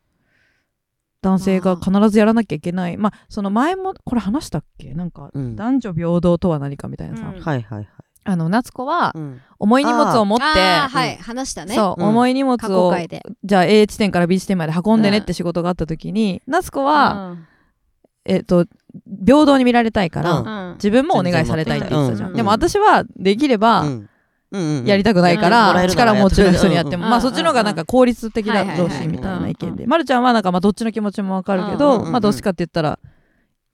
Speaker 2: 男性が必ずやらなきゃいけないまあその前もこれ話したっけなんか
Speaker 3: うん
Speaker 2: 男女平等とは何かみたいなさ、
Speaker 1: うん
Speaker 3: はいはいはい
Speaker 2: あの夏子は
Speaker 3: うん
Speaker 2: 重い荷物を持って、
Speaker 1: あーはい話したね。
Speaker 2: そう、
Speaker 3: うん
Speaker 2: 重い荷物
Speaker 1: 過去
Speaker 2: を
Speaker 1: 回で。
Speaker 2: じゃあ A 地点から B 地点まで運んでね
Speaker 1: う
Speaker 2: っ
Speaker 1: ん
Speaker 2: て仕事があった時に、夏子は、
Speaker 1: うん
Speaker 2: えっと平等に見られたいから、
Speaker 3: うん
Speaker 2: 自分もお願いされたいって言ってたじゃん、
Speaker 1: うん
Speaker 2: でも私はできれば、
Speaker 3: うんうんうん
Speaker 2: やりたくないか
Speaker 1: うんも
Speaker 2: ら、
Speaker 1: ら
Speaker 3: えるな
Speaker 2: 力
Speaker 3: ら
Speaker 2: 持ちの人にやっても、
Speaker 1: やっ
Speaker 2: まあ
Speaker 1: ても
Speaker 2: そっちの方がなんか効率的だろう
Speaker 3: はいはいは
Speaker 2: し
Speaker 3: い
Speaker 2: みたいな意見
Speaker 1: う
Speaker 2: で、まるちゃんはなんかまあどっちの気持ちもわかるけ
Speaker 1: うん
Speaker 2: ど、
Speaker 1: うん
Speaker 3: うん
Speaker 2: まあどっちかって言ったら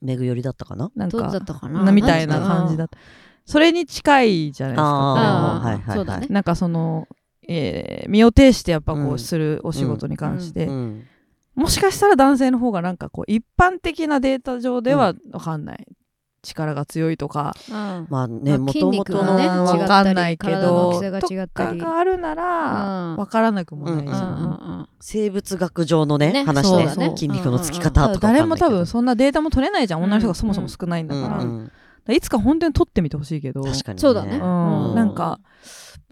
Speaker 3: めぐよりだったかな
Speaker 2: なん
Speaker 1: どうだっ
Speaker 2: か
Speaker 1: たかな
Speaker 2: なみたいな感じだった。それに近いじゃないですかこ
Speaker 1: うん
Speaker 2: れは。
Speaker 3: あーはいはいはい
Speaker 1: そうだね。
Speaker 2: なんかその、えー身を挺してやっぱこ
Speaker 3: う
Speaker 2: うんするお仕事に関して、
Speaker 3: うん
Speaker 2: もしかしたら男性の方がなんかこう一般的なデータ上ではわかんない、力が強いとか
Speaker 1: うん
Speaker 3: まあね
Speaker 1: まあ
Speaker 3: も
Speaker 1: 筋
Speaker 3: とも
Speaker 1: 肉
Speaker 3: と
Speaker 1: がね
Speaker 3: の
Speaker 2: わ
Speaker 1: 違った
Speaker 2: か
Speaker 1: り
Speaker 2: んないけ
Speaker 1: 体の大
Speaker 2: ど
Speaker 1: きさが違っ
Speaker 2: と
Speaker 1: た
Speaker 2: か
Speaker 1: り
Speaker 2: があるなら
Speaker 1: うん
Speaker 2: わからなくもないじ
Speaker 1: う
Speaker 2: ゃ
Speaker 1: んう
Speaker 2: ん
Speaker 1: んうん
Speaker 3: 生物学上のね
Speaker 1: ね
Speaker 3: 話
Speaker 2: そう
Speaker 3: ね
Speaker 2: だね
Speaker 3: 筋肉のつき
Speaker 2: た
Speaker 3: 方
Speaker 2: だ
Speaker 3: とかわ
Speaker 2: 誰
Speaker 3: かん
Speaker 2: も
Speaker 3: ないけど
Speaker 2: 多分そんなデータも取れないじゃん、女の人がそもそも少ないんだ
Speaker 3: う
Speaker 2: から,、だか
Speaker 3: ん
Speaker 2: らいつか本当に取ってみてほしいけ
Speaker 3: う
Speaker 2: ど
Speaker 3: ん確かにね
Speaker 1: そうだね
Speaker 2: うん
Speaker 3: うん
Speaker 2: なんか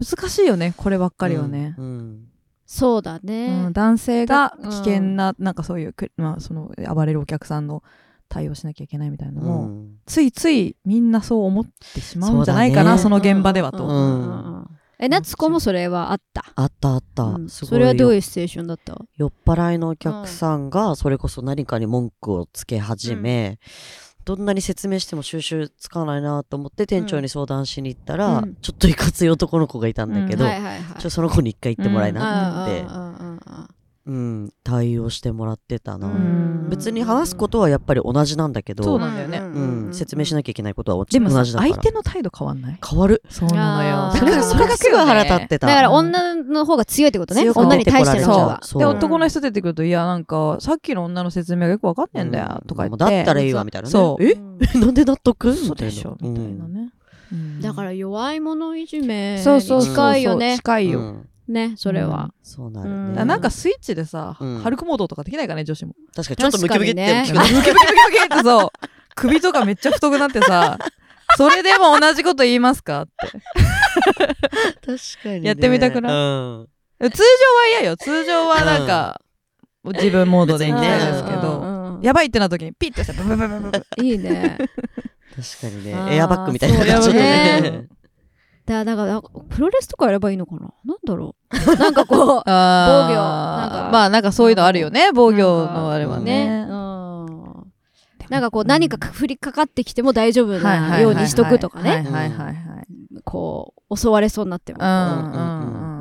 Speaker 2: 難しいよねこればっかりはね、
Speaker 3: うんうん
Speaker 1: そうだ
Speaker 2: うん
Speaker 1: ね。
Speaker 2: 男性が
Speaker 1: うん
Speaker 2: 危険な、なんかそういうく、まあ、その暴れるお客さんの対応しなきゃいけないみたいなのも、
Speaker 3: うん
Speaker 2: ついついみんなそう思ってしまうんじゃないか
Speaker 3: う
Speaker 2: な、
Speaker 3: ん
Speaker 2: その現場ではと。
Speaker 1: うんうんうんうんえ、夏子もそれはあった。
Speaker 3: あったあっ
Speaker 1: う
Speaker 3: た
Speaker 1: ん
Speaker 3: す
Speaker 1: そ
Speaker 3: ご
Speaker 1: れはどう
Speaker 3: い
Speaker 1: いうシチュエーションだった
Speaker 3: 酔っ払いのお客さんがそれこそ何かに文句をつけ始めどんなに説明しても収集つかないなと思って店長に相談しに行った
Speaker 1: う
Speaker 3: ら
Speaker 1: ん
Speaker 3: ちょっといかつい男の子がいたんだけ
Speaker 2: うん
Speaker 3: ど
Speaker 1: はいはいはい
Speaker 3: ちょ。その子に一回行ってもらいな
Speaker 1: あ
Speaker 3: って言って、
Speaker 1: あああああ
Speaker 3: うん、対応してもらってたな、
Speaker 2: う
Speaker 1: あ
Speaker 2: ん
Speaker 3: 別に話すことはやっぱり同じなんだけど
Speaker 2: そうなんだよね
Speaker 3: うん説明し
Speaker 1: ない。
Speaker 3: なきゃいけないことは
Speaker 2: でも
Speaker 3: 同
Speaker 2: さ
Speaker 3: じだから
Speaker 2: 相手の態度変わんない
Speaker 3: 変わる
Speaker 2: そうな
Speaker 1: あ
Speaker 2: の
Speaker 1: ー
Speaker 2: よ。
Speaker 3: だからそれがすごい腹立ってた、
Speaker 1: だから女の方が強いってことね。
Speaker 3: 強く
Speaker 1: 女に対しての方が。
Speaker 3: そう
Speaker 2: で
Speaker 3: そう
Speaker 2: 男の人出てくると「いやなんかさっきの女の説明がよくわかんねえんだよ」とか言って、
Speaker 3: もうだったらいいわみたいなね
Speaker 2: そう
Speaker 3: え
Speaker 1: うん
Speaker 3: え <laughs> なんで納得
Speaker 2: そうでしょみたいなね、うん
Speaker 1: だから弱い者いじめ
Speaker 2: そうそうそうそう
Speaker 1: 近いよね。
Speaker 2: 近
Speaker 3: うん
Speaker 2: いよ、
Speaker 3: うん
Speaker 1: ねそれは、
Speaker 3: そうなるね、
Speaker 1: うん
Speaker 2: だからなんかスイッチでさ、
Speaker 3: うん
Speaker 2: ハルクモードとかできないかね女子も
Speaker 3: 確かにちょっとムキムキって大きく
Speaker 2: ム
Speaker 3: な <laughs>
Speaker 2: キムキムキってそう首とかめっちゃ太くなってさそれでも同じこと言いますかって
Speaker 3: 確かに、
Speaker 2: やってみたくない
Speaker 3: うん、
Speaker 2: 通常は嫌よ通常はなんか、自分モードでいいん
Speaker 3: ね
Speaker 2: ですけ
Speaker 1: う
Speaker 2: ど、
Speaker 1: んうんうん
Speaker 2: やばいってな時にピッとしてブブブブブブ
Speaker 1: い
Speaker 2: <laughs>
Speaker 1: いね
Speaker 3: 確かに
Speaker 2: あー
Speaker 3: ねエアバッグみたいな感
Speaker 1: そう
Speaker 3: じで
Speaker 1: エアバッ
Speaker 2: グ
Speaker 3: ね
Speaker 1: だからなんかプロレスとかやればいいのかななんだろうなんかこう
Speaker 2: 防
Speaker 1: 防御なんか
Speaker 2: まあなんかそういうのあるよね防御のあれはね
Speaker 1: うんなんかこう何か降りかかってきても大丈夫
Speaker 2: はいはいはいは
Speaker 1: ないようにしとくとか
Speaker 2: は
Speaker 1: ね
Speaker 2: いはいはいはい
Speaker 1: こう襲われそうになっても、
Speaker 2: うん
Speaker 1: う
Speaker 2: うんうん
Speaker 1: ん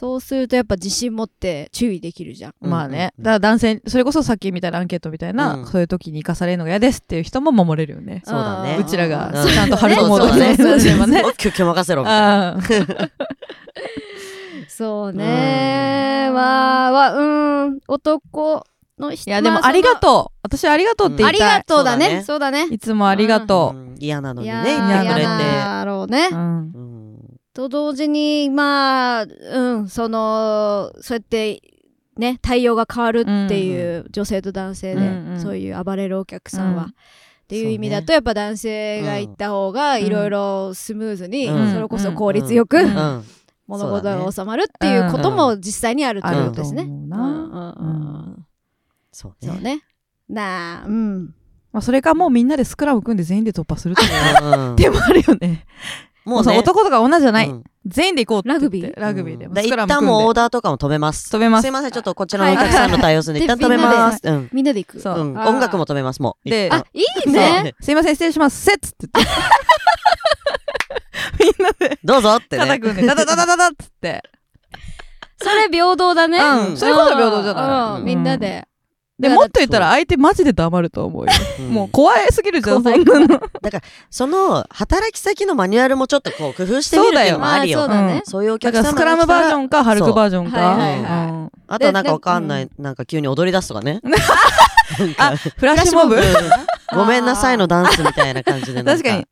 Speaker 1: そうするとやっぱ自信持って注意できるじゃん
Speaker 3: うん
Speaker 2: まあね、だから男性、それこそさっきみたいなアンケートみたいな、
Speaker 3: うん
Speaker 2: そういう時に生かされるのが嫌ですっていう人も守れるよね。
Speaker 3: そうだね
Speaker 2: うちらが、
Speaker 3: うん
Speaker 2: ちゃんと春モード
Speaker 3: そうだね
Speaker 2: そうそうそう
Speaker 3: おっきく任せろみたい
Speaker 2: <laughs>
Speaker 3: な
Speaker 2: あー
Speaker 1: そうねわあわうん男の人
Speaker 2: いや、でもありが
Speaker 1: う
Speaker 2: とう。私はありがとうって言
Speaker 1: あ
Speaker 2: い
Speaker 1: り
Speaker 2: たい。
Speaker 1: がとうだねそうだね
Speaker 2: いつもありがと
Speaker 3: うん嫌なの
Speaker 1: い
Speaker 3: に
Speaker 1: や
Speaker 3: ね
Speaker 1: ー
Speaker 3: 言ってくれて
Speaker 1: 嫌だろうね
Speaker 2: う。うん。
Speaker 3: うん
Speaker 1: と同時にまあうんそのそうやってね対応が変わるっていう女性と男性で、
Speaker 2: うんうん
Speaker 1: そういう暴れるお客さんは、
Speaker 2: うん
Speaker 1: っていう意味だ
Speaker 3: そう
Speaker 1: とやっぱ男性が行った方がいろいろスムーズに、
Speaker 3: うん
Speaker 1: それこそ効率よく、
Speaker 2: うん
Speaker 3: うん
Speaker 1: 物事が収まるっていうことも実際にあると
Speaker 2: あ
Speaker 1: いう
Speaker 2: る
Speaker 1: こと
Speaker 2: と
Speaker 1: で
Speaker 2: 思
Speaker 1: すね。
Speaker 2: う
Speaker 1: う
Speaker 2: な。
Speaker 1: んうんうんうん
Speaker 3: そう
Speaker 1: そう
Speaker 3: ね
Speaker 1: ね。なあうん。
Speaker 2: まあ、それかもうみんなでスクラム組んで全員で突破するとか。
Speaker 3: うん
Speaker 2: でもあるよね。
Speaker 3: もう
Speaker 2: さ
Speaker 3: ね
Speaker 2: 男とか女じゃない。
Speaker 3: うん
Speaker 2: 全員で行こうって言って
Speaker 1: ラグビ
Speaker 2: ラグビー
Speaker 1: ー
Speaker 2: で。
Speaker 3: うんだ
Speaker 2: スク
Speaker 3: か
Speaker 2: ラ
Speaker 3: ら一
Speaker 2: ム
Speaker 3: 旦
Speaker 2: 組ん
Speaker 3: もうオー
Speaker 2: で。
Speaker 3: ダーとかも止めます
Speaker 2: 止めます
Speaker 3: いませんちょっとこちらのお客さんの対応するんで一旦
Speaker 1: はい
Speaker 3: 止めますうん
Speaker 1: みんなで行く。
Speaker 2: そう
Speaker 3: うん
Speaker 1: あー
Speaker 3: 音楽も止めますもう
Speaker 2: で
Speaker 1: あいい
Speaker 3: そ
Speaker 1: ね。
Speaker 2: すいません、失礼します。セッツって言って。みんなで
Speaker 3: <laughs> どうぞって
Speaker 2: 肩
Speaker 3: ね
Speaker 2: 組んで、ダダダダダダっつって。
Speaker 1: それ平等だね。
Speaker 2: うんそれこそ平等じゃない
Speaker 1: うん
Speaker 3: うん
Speaker 1: みんなで。
Speaker 2: で、
Speaker 1: だから
Speaker 2: もっと言ったら相手マジで黙ると思うよ。
Speaker 3: うん
Speaker 2: もう怖いすぎるじゃん、そ
Speaker 1: 怖
Speaker 2: ん
Speaker 1: い
Speaker 2: なの。
Speaker 3: その働き先のマニュアルもちょっとこう工夫してみるっていうのもある
Speaker 1: そ
Speaker 3: よ
Speaker 1: うだね。
Speaker 3: そういうお
Speaker 2: だか
Speaker 3: 客様
Speaker 2: ら
Speaker 3: が
Speaker 2: スクラム
Speaker 3: 来たら
Speaker 2: バージョンか、ハルクバージョンか。
Speaker 1: はいはいはい
Speaker 2: うん
Speaker 3: あとなんかわかんない、なんか急に踊り出すとかね。
Speaker 2: あ、フラッシュモブ
Speaker 3: ごめんなさいのダンスみたいな感じでなん
Speaker 2: 確かに。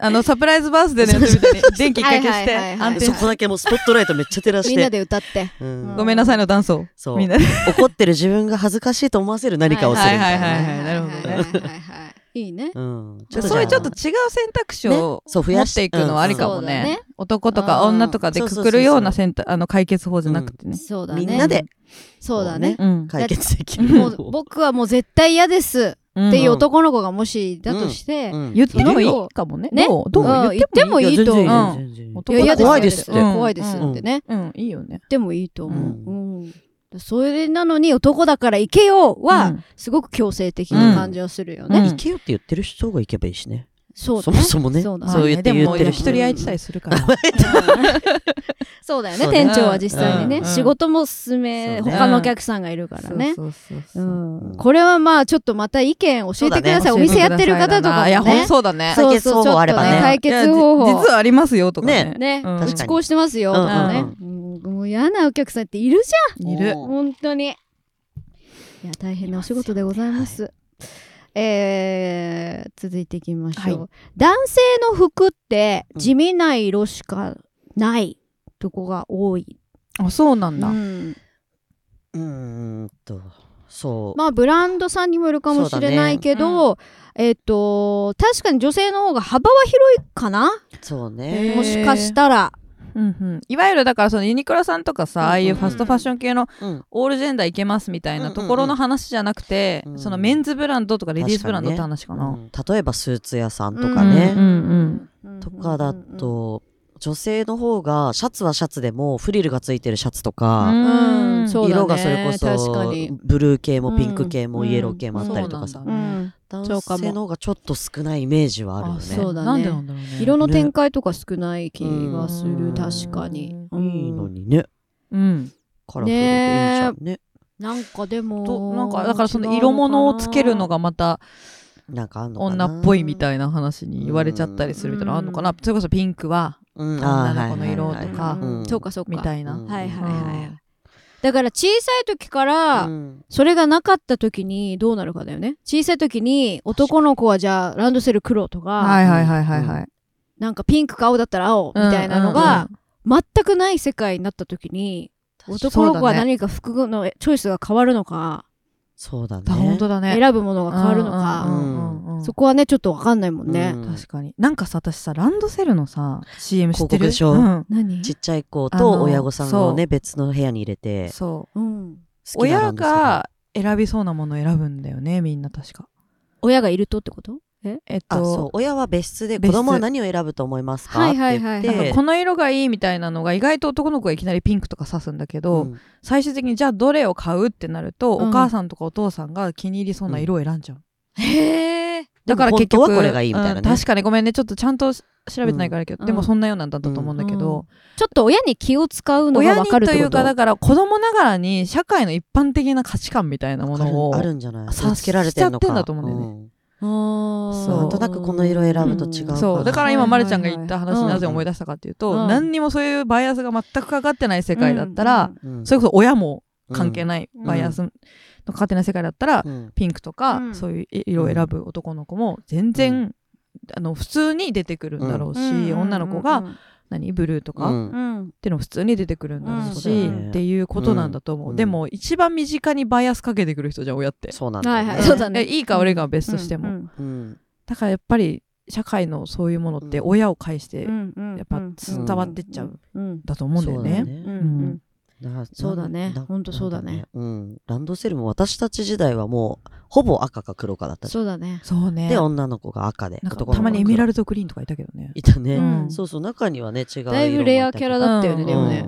Speaker 2: あの、サプライズバースデーのやつみたいに、電気一回消して、
Speaker 1: はいはいはいはい
Speaker 2: 安定
Speaker 3: そ
Speaker 2: して
Speaker 3: こだけもうスポットライトめっちゃ照らし
Speaker 1: みんな
Speaker 3: て。
Speaker 1: で歌って。
Speaker 3: うん
Speaker 2: ごめんなさいのダンスを。
Speaker 3: そう
Speaker 2: みんなで。
Speaker 3: 怒ってる自分が恥ずかしいと思わせる何かをするみたい
Speaker 2: はいはい
Speaker 3: な。
Speaker 2: はいなるほどね
Speaker 1: はいはいはいはい。いいね。
Speaker 3: うん
Speaker 1: ちょっと
Speaker 2: そういう
Speaker 3: じ
Speaker 2: ち
Speaker 3: ゃ
Speaker 2: ょ
Speaker 3: あ
Speaker 2: っと違う選択肢を
Speaker 3: そう
Speaker 2: 持
Speaker 3: 増や
Speaker 2: っていくのはありか
Speaker 3: う
Speaker 2: も
Speaker 1: そ
Speaker 3: ん
Speaker 1: うだね
Speaker 2: ね。男とか女とかでくくるような選択、あの、解決法じゃなくてね。
Speaker 1: そうだね。
Speaker 3: みんなで
Speaker 1: そうだね。
Speaker 2: うん。
Speaker 3: 解決できる。
Speaker 1: もう僕はもう絶対嫌です
Speaker 2: っ
Speaker 1: っていう男の子がもしだとして、
Speaker 3: うん
Speaker 2: 言ってもいいかもね。
Speaker 1: ね
Speaker 2: どうどう
Speaker 1: うん
Speaker 2: 言ってもいい
Speaker 1: いいと思う
Speaker 3: いや
Speaker 2: うん
Speaker 3: 全然いい全然いい
Speaker 2: 男
Speaker 1: いや嫌です
Speaker 3: 怖いです
Speaker 1: 嫌
Speaker 2: って
Speaker 1: うん怖いです
Speaker 2: うん
Speaker 1: ってね。
Speaker 2: うん、いいよね。
Speaker 1: でもいいと思う。
Speaker 3: う
Speaker 1: うんそれなのに男だから行けよう
Speaker 2: う
Speaker 1: は
Speaker 2: ん
Speaker 1: すごく強制的な感じはするよね。
Speaker 2: うん
Speaker 3: 行けよって言ってる人が行けばいいしね。
Speaker 1: そう
Speaker 3: そ
Speaker 1: だ
Speaker 3: も
Speaker 1: ね。
Speaker 3: そもね。
Speaker 1: そうだね
Speaker 3: そう言って
Speaker 2: まあね
Speaker 3: 言って
Speaker 2: で
Speaker 3: る
Speaker 2: も
Speaker 3: 人。
Speaker 2: 一人空いてたりするから。
Speaker 1: そうだよね
Speaker 3: そうね
Speaker 1: 店長は実際にね、
Speaker 2: うん
Speaker 1: 仕事も進め、
Speaker 3: そうね
Speaker 1: 他のお客さんがいるからね
Speaker 2: そうそう
Speaker 1: う
Speaker 2: そうそうん
Speaker 1: これはまあちょっとまた意見教えてください、
Speaker 3: そうだね
Speaker 1: お店やってる方とかも
Speaker 2: いや、ほん
Speaker 1: ね
Speaker 2: とそうだね。
Speaker 1: そうそう
Speaker 3: 解決方法あればね
Speaker 1: ちょっと解決方
Speaker 2: いやじ
Speaker 1: 法
Speaker 2: 実はありますよとかね。
Speaker 1: ね
Speaker 2: うん
Speaker 3: 確かに
Speaker 1: 打ちこうしてますよとかね、うんもう嫌なお客さんっているじ
Speaker 2: いる。
Speaker 1: ゃん本当にいや大変なお仕事でございますえー続いていきましょう、
Speaker 2: は
Speaker 1: 男性の服って
Speaker 3: うん
Speaker 1: 地味な色しかないとこが多い、
Speaker 2: あ、そうなんだ。
Speaker 1: うん
Speaker 3: うーんと、そう。
Speaker 1: まあブランドさんにもよるかもしれないけど、えっ、と確かに女性の方が幅は広いかな、
Speaker 3: そ
Speaker 2: へ
Speaker 3: うね。
Speaker 2: ー
Speaker 1: もしかしたら
Speaker 2: うんうんいわゆるだからそのユニクロさんとかさ、ああいうファストファッション系の
Speaker 3: うん
Speaker 2: オールジェンダーいけますみたいなところの話じゃなくて、
Speaker 3: うんうんうん
Speaker 2: そのメンズブランドとかレディースブランドって話かな。
Speaker 3: うん例えばスーツ屋さんとかね。
Speaker 2: うんうん
Speaker 3: とかだと、女性の方がシャツはシャツでもフリルがついてるシャツとか、
Speaker 1: う
Speaker 2: う
Speaker 1: ん
Speaker 2: ん
Speaker 1: そうだね
Speaker 3: 色がそれこ
Speaker 1: 確か
Speaker 3: そ
Speaker 1: に
Speaker 3: ブルー系もピンク系
Speaker 1: う
Speaker 3: も
Speaker 1: ん
Speaker 3: イエロー系もあったりとか
Speaker 2: そ
Speaker 3: さ
Speaker 2: う、
Speaker 1: う
Speaker 2: なんだね
Speaker 1: んそうかも
Speaker 3: 男性の方がちょっと少ないイメージはあるよ
Speaker 2: あ
Speaker 3: ね。
Speaker 2: そうだね。
Speaker 1: なんで
Speaker 2: なんだろうね
Speaker 1: 色の展開とか少ない気がす
Speaker 3: う
Speaker 1: る
Speaker 3: ん
Speaker 1: 確かに、
Speaker 2: う
Speaker 3: いいのにね。
Speaker 2: うん。
Speaker 3: カラフルでいいじゃんね。
Speaker 1: なんかで
Speaker 2: と
Speaker 1: も
Speaker 2: なんかだからその色物をつけるのがまた
Speaker 3: なんかあんのかな
Speaker 2: 女っぽいみたいな話に言われちゃったりするみたいなのあるのかな。それこそピンクは
Speaker 3: うん
Speaker 2: 女
Speaker 3: あ
Speaker 2: の子
Speaker 3: ー
Speaker 2: の色とか
Speaker 1: うんうんそうかそうか
Speaker 2: みたいな。
Speaker 3: うん
Speaker 1: はいはいは
Speaker 2: う
Speaker 1: い
Speaker 2: ん
Speaker 1: だから小さい時か
Speaker 3: はいはい
Speaker 1: ら
Speaker 3: うん
Speaker 1: それがなかった時にどうなるかだよね小さい時に男の子はじゃあランドセル黒とか
Speaker 2: はいはいはいはいはい。
Speaker 1: なんかピンクか青だったら青みたいなの
Speaker 2: うんうんうん
Speaker 1: が全くない世界になった時に男の子は何か服のチョイスが変わるのか、
Speaker 3: そうだね。
Speaker 2: だ本当だね
Speaker 1: 選ぶものが変わるのか、
Speaker 2: うんうんうんうん
Speaker 1: そこはねちょっと分かんないもんね。
Speaker 3: うん
Speaker 2: 確かになんかさ私さランドセルのさ CM 知ってる
Speaker 3: 広告でしょ
Speaker 2: うん
Speaker 1: 何
Speaker 3: ちっちゃい子
Speaker 2: あの
Speaker 3: と親御さんを
Speaker 2: そ
Speaker 3: ね、別の部屋に入れて、
Speaker 2: そう
Speaker 1: うん、
Speaker 3: 好きなラ
Speaker 2: 親
Speaker 3: ンドセル
Speaker 2: が選びそうなものを選ぶんだよねみんな確か
Speaker 1: 親がいるとってことえ
Speaker 2: えっ
Speaker 3: あ、そ
Speaker 2: と
Speaker 3: う。親は別室で
Speaker 2: 別室
Speaker 3: 子供は何を選ぶと思いますか
Speaker 1: はい
Speaker 3: って
Speaker 1: はいはい
Speaker 3: 言っ
Speaker 1: なん
Speaker 3: て、
Speaker 2: この色がいいみたいなのが意外と男の子がいきなりピンクとか指すんだけど、
Speaker 3: うん
Speaker 2: 最終的にじゃあどれを買うってなると、
Speaker 1: うん
Speaker 2: お母さんとかお父さんが気に入りそうな色を選んじゃう、
Speaker 1: へえ
Speaker 2: だから結
Speaker 3: でも
Speaker 2: 局
Speaker 3: 本当はこれがいいみたいなね
Speaker 2: うん確かにごめんねちょっとちゃんと調べてないからだけど、
Speaker 1: うん
Speaker 2: でもそんなようなんだったと思うんだけど、
Speaker 1: ちょっと親に気を使うのが
Speaker 2: 親
Speaker 1: 分
Speaker 2: に
Speaker 1: かるっ
Speaker 2: と
Speaker 1: て
Speaker 2: い
Speaker 1: こ
Speaker 2: う
Speaker 1: と
Speaker 2: かだから子供ながらに社会の一般的な価値観みたいなものを
Speaker 3: あるあるんじゃない
Speaker 2: さ
Speaker 3: つけられてんの
Speaker 2: しちゃってん
Speaker 3: か。
Speaker 2: だと思うんだよね
Speaker 1: あー
Speaker 2: そうなん
Speaker 3: となくこの色選ぶと違うから
Speaker 2: そうだから今
Speaker 1: はいは
Speaker 2: ま
Speaker 1: い
Speaker 2: る
Speaker 1: はい
Speaker 2: ちゃんが言った話
Speaker 1: うん
Speaker 2: なぜ思い出したかっていうと、
Speaker 1: うん
Speaker 2: 何にもそういうバイアスが全くかかってない世界だったら、
Speaker 1: うん
Speaker 3: うん
Speaker 2: それこそ親も関係ない
Speaker 1: ん
Speaker 2: バイアスのかかってない世界だったら、
Speaker 3: うん
Speaker 2: ピンクとか、
Speaker 1: うん
Speaker 2: そういう色を選ぶ男の子も全然、
Speaker 3: う
Speaker 2: あの普通に出てくるんだろうし、女の子が、何ブルーとか、
Speaker 3: う
Speaker 2: っ
Speaker 3: ん
Speaker 1: うん
Speaker 2: ていうのも普通に出てくるんだろうし、
Speaker 1: うんそうだよ
Speaker 3: ね
Speaker 2: っていうことなんだと思う、
Speaker 3: うん
Speaker 2: でも一番身近にバイアスかけてくる人じゃん親って、
Speaker 3: そうなんだ
Speaker 1: は
Speaker 3: よ
Speaker 1: い
Speaker 3: ね。
Speaker 1: はいそうだね
Speaker 2: えいいか悪いかは別としても、
Speaker 1: うん
Speaker 3: うん
Speaker 2: だからやっぱり社会のそういうものって親を介して
Speaker 1: うんうん
Speaker 2: やっぱ伝
Speaker 3: わって
Speaker 2: っちゃう、
Speaker 1: うん
Speaker 2: だと思うんだよね。
Speaker 1: うん
Speaker 3: ね
Speaker 1: うん
Speaker 3: だから
Speaker 1: そうだね
Speaker 3: な
Speaker 1: ほんとそうだね
Speaker 3: なんうん。ランドセルも私たち時代はもう、ほぼ赤か黒かだったじ
Speaker 1: そうだね
Speaker 2: そう
Speaker 3: ゃ
Speaker 2: ね
Speaker 3: ん。で、女の子が赤で、
Speaker 2: なんか
Speaker 3: 男の子が
Speaker 2: たまにエメラ
Speaker 3: 黒
Speaker 2: ルドグリーンとかいたけどね。
Speaker 3: いた
Speaker 2: う
Speaker 3: ね。
Speaker 2: ん
Speaker 3: そうそう、中にはね、違う色もあった
Speaker 1: だ
Speaker 3: けど。
Speaker 1: いぶレアキャラだったよね
Speaker 2: うん
Speaker 1: でもね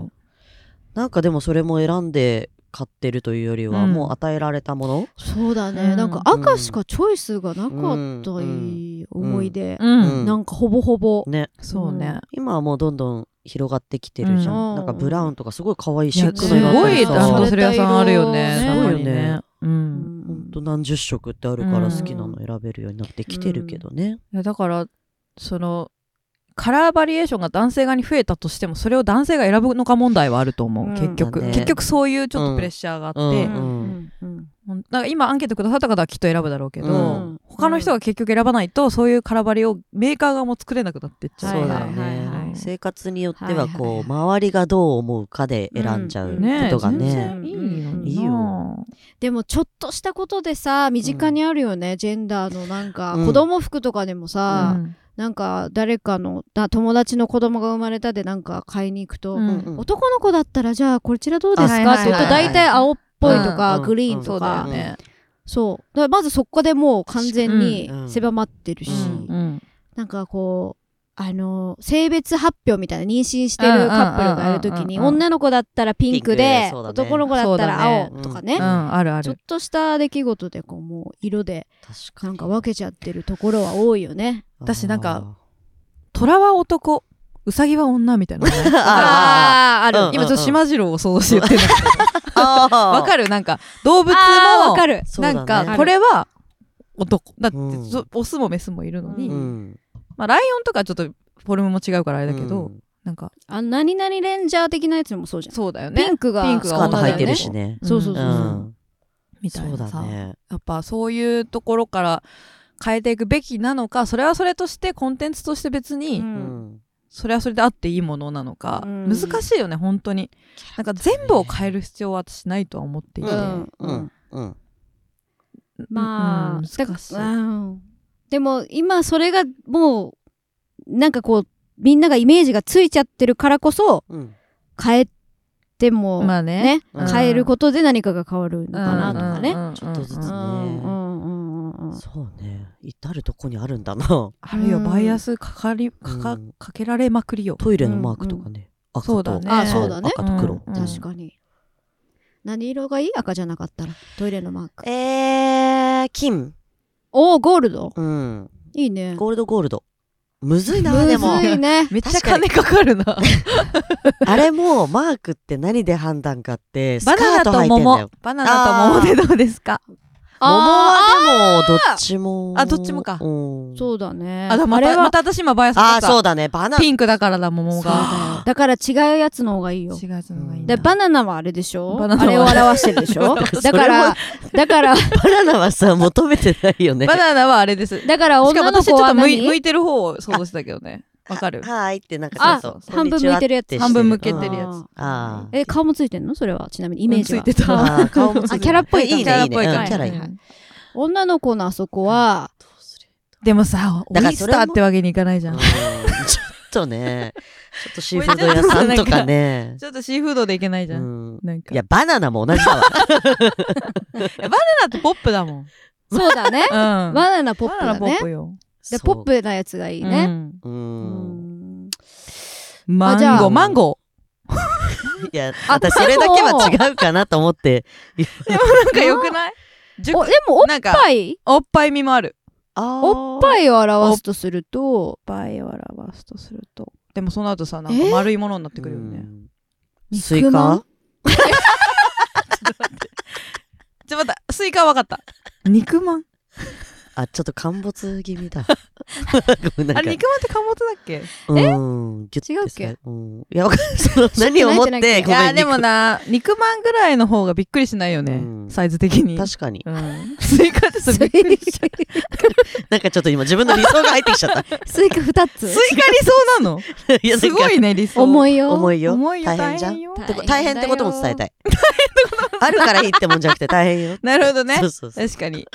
Speaker 3: なんかでもそれも選んで買ってるというよりは、
Speaker 2: うん
Speaker 3: もう与えられたもの、
Speaker 1: そうだ
Speaker 2: う
Speaker 1: ね
Speaker 2: ん
Speaker 1: なんか赤しかチョイスがなかったいい思い出
Speaker 2: うん、
Speaker 3: うん
Speaker 1: なんかほぼほぼ
Speaker 3: ね
Speaker 2: そうね。
Speaker 3: 今はもうどんどん広がってきてるじゃん、
Speaker 1: うん
Speaker 3: なんかブラウンとかすごい可愛い
Speaker 2: い
Speaker 3: シ
Speaker 2: や
Speaker 3: ック
Speaker 2: す
Speaker 3: な色
Speaker 2: ご
Speaker 3: だ
Speaker 2: い
Speaker 3: し
Speaker 2: ランド
Speaker 3: さ
Speaker 2: セル屋さんあるよね。
Speaker 1: ね
Speaker 2: すごいよね。う。
Speaker 1: うん
Speaker 3: ほ
Speaker 1: ん
Speaker 3: んと何十色ってあるから好きなの選べるようになってきてるけどね、
Speaker 2: いやだからそのカラーバリエーションが男性側に増えたとしてもそれを男性が選ぶのか問題はあると思う、
Speaker 1: うん
Speaker 2: 結局、
Speaker 3: だね
Speaker 2: 結局そういうちょっとプレッシャーがあって、
Speaker 3: うん
Speaker 1: うんうんうん
Speaker 2: うんなんか今アンケートくださった方はきっと選ぶだろうけど、
Speaker 3: うん
Speaker 2: 他の人が結局選ばないとそういうカラバリをメーカー側も作れなくなってっちゃう、
Speaker 3: そうだよ
Speaker 1: はいはい
Speaker 3: ね、
Speaker 1: はいはい
Speaker 3: 生活によってはこう、
Speaker 1: はいはい
Speaker 3: 周りがどう思うかで選んじゃう
Speaker 2: ね
Speaker 3: ことがね,、
Speaker 2: 全然いいのにない
Speaker 3: いよ
Speaker 1: でもちょっとしたことでさ身近にあるよね、ジェンダーのなんか、
Speaker 3: うん
Speaker 1: 子供服とかでも
Speaker 2: う
Speaker 1: さ、
Speaker 2: ん
Speaker 1: なんか誰かのだ友達の子供が生まれたでなんか買いに行くと、
Speaker 2: うん
Speaker 3: うん
Speaker 1: 男の子だったらじゃあこちらどうですか
Speaker 2: はいはい
Speaker 1: っ
Speaker 2: はい
Speaker 1: て言うと大体青っぽいとか、
Speaker 3: うん
Speaker 1: グリーン
Speaker 2: そ
Speaker 1: と
Speaker 2: うだよ
Speaker 1: か、
Speaker 2: ね、
Speaker 1: そうだからまずそこでもう完全に
Speaker 3: うん
Speaker 1: 狭まってるし、
Speaker 3: うん
Speaker 2: うん
Speaker 1: なんかこうあの性別発表みたいな妊娠してるカップルがいる
Speaker 2: う
Speaker 1: 時に
Speaker 2: んうんうんうんうん
Speaker 1: 女の子だったらピンク
Speaker 3: ピンク
Speaker 1: で
Speaker 3: でそうだね
Speaker 1: 男の子だったら
Speaker 2: そうだ
Speaker 1: 青
Speaker 3: ね
Speaker 1: とかね
Speaker 2: うん、あるあ
Speaker 1: ちょっ
Speaker 2: る
Speaker 1: とした出来事でこうもう色で
Speaker 3: 確か
Speaker 1: なん
Speaker 3: に
Speaker 1: か分けちゃってるところは多いよね。
Speaker 2: 私なんか虎は男ウサギは女みたい <laughs> なのね
Speaker 3: あ
Speaker 1: あーあ
Speaker 3: るうん
Speaker 2: 今ちょっと島次郎を想像して言ってる
Speaker 3: あー
Speaker 2: わかるなんか動物
Speaker 1: あー
Speaker 2: も
Speaker 1: わかる
Speaker 3: そうだ
Speaker 2: な
Speaker 3: ね
Speaker 2: んかこれは男だって、
Speaker 3: うん
Speaker 2: そオスもメスもいるのに、
Speaker 1: うん
Speaker 2: まあ、ライオンとかちょっとフォルムも違うからあれだけど、
Speaker 3: うん
Speaker 2: なんか
Speaker 1: あ何々レンジャー的なやつもそうじゃん。
Speaker 2: そうだよね
Speaker 1: ピンクが
Speaker 2: ピンク
Speaker 3: ス
Speaker 2: が
Speaker 3: カート
Speaker 2: 女だ
Speaker 3: 履
Speaker 2: よ
Speaker 3: いてるしね
Speaker 1: そうそう
Speaker 3: う
Speaker 1: そ
Speaker 2: ん
Speaker 3: ん、
Speaker 2: みたい
Speaker 3: そう
Speaker 2: なさ
Speaker 3: だね
Speaker 2: やっぱそういうところから変えていくべきなのかそれはそれとしてコンテンツとして別に、
Speaker 1: う
Speaker 3: うんん
Speaker 2: それはそれであっていいものなのか、
Speaker 1: うん
Speaker 2: 難しいよね本当になんか全部を変える必要は私ないとは思っていて、
Speaker 1: うん
Speaker 3: うんうんうん
Speaker 1: まあ、
Speaker 2: うん難しい
Speaker 1: うんでも今それがもうなんかこうみんながイメージがついちゃってるからこそ
Speaker 3: うん
Speaker 1: 変えても、
Speaker 2: まあ
Speaker 1: ね
Speaker 2: ねうん
Speaker 1: 変えることで何かが変わるのかなとかね。
Speaker 2: ちょ
Speaker 3: っとずつ
Speaker 1: うん
Speaker 3: うん
Speaker 1: うんうんうんうん
Speaker 3: そうね至るとこにあるんだな <laughs>
Speaker 2: あるよ、
Speaker 1: うん
Speaker 2: バイアスかかりかか
Speaker 3: うん
Speaker 2: かけられまくりよ。
Speaker 3: トイレのマークとかね、赤と
Speaker 2: そうだね
Speaker 1: あそうだね
Speaker 3: 赤と黒、
Speaker 2: うん
Speaker 1: 確かに。何色がいい赤じゃなかったらトイレのマーク。
Speaker 3: えー、金。
Speaker 1: おおゴールド
Speaker 3: うん。
Speaker 1: いいね。
Speaker 3: ゴールドゴールド。むずいな、
Speaker 1: むず
Speaker 3: でも。
Speaker 1: いね。
Speaker 2: めっちゃ
Speaker 3: 確か
Speaker 2: 金かかるな。
Speaker 3: あれも、マークって何で判断か <laughs> って、スカ
Speaker 2: バナ
Speaker 3: ー
Speaker 2: ナ
Speaker 3: ト履
Speaker 2: と
Speaker 3: いてんだ
Speaker 2: 桃
Speaker 3: よ。。
Speaker 2: バナナと桃でどうですか
Speaker 3: 桃
Speaker 1: あ
Speaker 3: はでも、どっちも。
Speaker 2: あどっちもか
Speaker 3: う
Speaker 1: ー
Speaker 3: ん。
Speaker 1: そうだね。
Speaker 2: あ、だま
Speaker 1: あれ
Speaker 2: た、
Speaker 1: は
Speaker 2: また私今バイアス
Speaker 3: あー、そううだね。バナナ。
Speaker 2: ピンクだからだ、桃が。
Speaker 1: だから違うやつの方がいいよ。
Speaker 2: 違うやつの方がいいな。
Speaker 1: でバナナはあれでしょ
Speaker 2: バナナ
Speaker 1: あれを
Speaker 2: は
Speaker 1: 表してるでしょだから、だから、
Speaker 3: バナナはさ、求めてないよね。
Speaker 2: バナナはあれです。し
Speaker 1: だから
Speaker 2: かも
Speaker 1: 女の
Speaker 2: 私ち
Speaker 1: 子
Speaker 2: ょっ
Speaker 1: は
Speaker 2: と向い
Speaker 1: 何
Speaker 2: 向いてる方を想像してたけどね。わかる
Speaker 3: はーいってなんか
Speaker 1: あ
Speaker 3: ちょっと
Speaker 1: 半分向いてるやつ
Speaker 3: こんにちはってして
Speaker 2: 半分向けてるやつ
Speaker 3: あー
Speaker 1: え顔もついてんのそれはちなみにイメージは、
Speaker 2: うんついてた
Speaker 3: あー顔もついてる
Speaker 1: あキャラっぽい感じ
Speaker 3: いいねいいね
Speaker 2: キャラっぽい感
Speaker 3: うん
Speaker 2: じ
Speaker 3: キャラいい
Speaker 2: は
Speaker 3: ね
Speaker 2: い
Speaker 1: 女の子のあそこは
Speaker 3: どうする
Speaker 2: でもさオ
Speaker 3: だから
Speaker 2: イス
Speaker 3: それも
Speaker 2: ターってわけにいかないじゃ
Speaker 3: うんんちょっとねちょっとシーフード屋さんとかね
Speaker 2: ちょっとシーフードでいけないじゃん、
Speaker 3: うん
Speaker 2: なんか
Speaker 3: いやバナナも同じだわ
Speaker 2: だってポップだもん、うん、
Speaker 1: そうだね
Speaker 2: バ
Speaker 1: バナナポップ
Speaker 2: ナ
Speaker 1: だ
Speaker 2: ナポ
Speaker 1: ね
Speaker 2: ップよ
Speaker 1: で
Speaker 3: そ
Speaker 1: ポ
Speaker 3: う
Speaker 1: ップなやつがいいね、
Speaker 3: う
Speaker 1: うんん
Speaker 2: マ
Speaker 1: あじ
Speaker 2: ン
Speaker 1: ゃ
Speaker 2: ゴ
Speaker 1: あ
Speaker 2: ーマンゴ
Speaker 3: いや
Speaker 1: あ
Speaker 3: 私それだけは違うかなと思って <laughs>
Speaker 2: ーなんかよくない熟
Speaker 1: おでもおっ
Speaker 2: なんか
Speaker 1: ぱい
Speaker 2: おっぱい味もある
Speaker 1: お
Speaker 3: お
Speaker 1: っぱ
Speaker 3: い
Speaker 1: いを表すとすると
Speaker 2: おっぱいを表すとするとでもその後さなんか丸いものになってくるよね、
Speaker 3: スイカ
Speaker 2: ちょっと待ってスイカは分かった肉まん
Speaker 3: あちょっと陥没気味だごめんな
Speaker 2: あ
Speaker 3: んか
Speaker 2: れ肉まんって貨物だっけ
Speaker 3: うんギュッて
Speaker 1: 違うっけ
Speaker 3: さうん、いやわかんないその何を思ってご
Speaker 1: 知ってない
Speaker 3: めん
Speaker 1: 知
Speaker 2: いやでも
Speaker 3: 肉
Speaker 2: な肉まんぐらいの方がびっくりしないよね、
Speaker 3: うん
Speaker 2: サイズ的に
Speaker 3: <laughs> 確かに <laughs>
Speaker 2: うん、スイカって
Speaker 1: ス
Speaker 2: さ
Speaker 1: イ
Speaker 2: びっくりしちゃう
Speaker 3: なんかちょっと今自分の理想が入ってきちゃった
Speaker 1: スイカ2つ
Speaker 2: スイカ理想なの
Speaker 3: いやなんか
Speaker 2: すごいね理想
Speaker 1: 重いよ
Speaker 3: 重いよ
Speaker 2: 重いよ
Speaker 3: 大変じゃ
Speaker 2: 大変
Speaker 3: ん
Speaker 2: よ
Speaker 3: ってこ大変ってことも伝えた
Speaker 1: い
Speaker 3: いあるからいいってもんじゃなくて大変よ
Speaker 2: なるほどね
Speaker 3: そうそうそう
Speaker 2: 確かに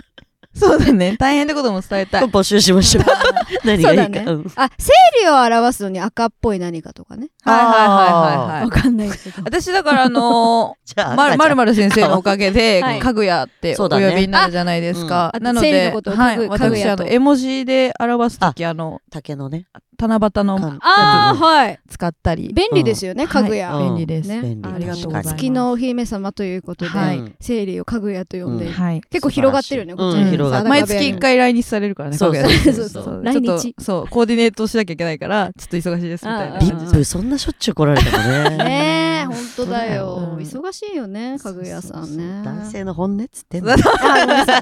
Speaker 2: そうだね大変ってことも伝えたい
Speaker 3: 募集しましょう
Speaker 1: <laughs>
Speaker 3: 何がいい
Speaker 1: そ
Speaker 3: か
Speaker 1: うだね
Speaker 3: うん
Speaker 1: あ生理を表すのに赤っぽい何かとかね
Speaker 2: はいはいはいはいは
Speaker 1: わ
Speaker 2: い
Speaker 1: かんないけど
Speaker 2: <laughs> 私だからあの
Speaker 3: じゃ
Speaker 2: ー
Speaker 3: あ
Speaker 2: まるまる
Speaker 3: ま
Speaker 2: まる先生のおかげで、
Speaker 1: はい
Speaker 2: かぐやって
Speaker 3: そ
Speaker 2: お
Speaker 3: うだね
Speaker 2: 呼びになるじゃないですか。
Speaker 1: うん
Speaker 2: なの
Speaker 1: あ生理の
Speaker 2: で、
Speaker 1: ことを
Speaker 2: は
Speaker 1: かぐ
Speaker 2: い、
Speaker 1: かぐ
Speaker 2: 私
Speaker 1: や
Speaker 2: あ
Speaker 1: と
Speaker 2: の絵文字で表すとき、あの
Speaker 3: 竹のね
Speaker 2: 七夕の
Speaker 3: 缶
Speaker 1: <laughs> ああ
Speaker 3: うん
Speaker 1: はい
Speaker 2: 使ったり、
Speaker 1: 便利ですよね、家具
Speaker 3: う
Speaker 1: 屋
Speaker 3: ん
Speaker 2: 便利です。
Speaker 1: ね
Speaker 3: 便利
Speaker 2: ありがとうございます
Speaker 1: 月のお姫様ということで、
Speaker 2: は
Speaker 3: う
Speaker 2: い
Speaker 3: ん
Speaker 1: 生理を家具屋と呼んで、
Speaker 3: うん
Speaker 2: はい。
Speaker 1: 結構広がってるよね
Speaker 3: うん
Speaker 1: こっち、
Speaker 2: うん広
Speaker 3: がってる
Speaker 2: 毎月一回来日されるからね、
Speaker 3: そう
Speaker 2: かぐや
Speaker 1: そうそうそう
Speaker 2: ちょっと
Speaker 1: 来日
Speaker 2: そう、コーディネートしなきゃいけないから、ちょっと忙しいですみたいな
Speaker 1: あー
Speaker 2: 感
Speaker 3: リ
Speaker 2: じ
Speaker 3: ップそんなしょっちゅう来られてもね
Speaker 1: ねえ本当だよ、
Speaker 2: うん
Speaker 1: 忙しいよね家具屋さんね
Speaker 3: 男性の本音っつってん
Speaker 2: そ
Speaker 3: の
Speaker 2: う
Speaker 1: あごめんなさい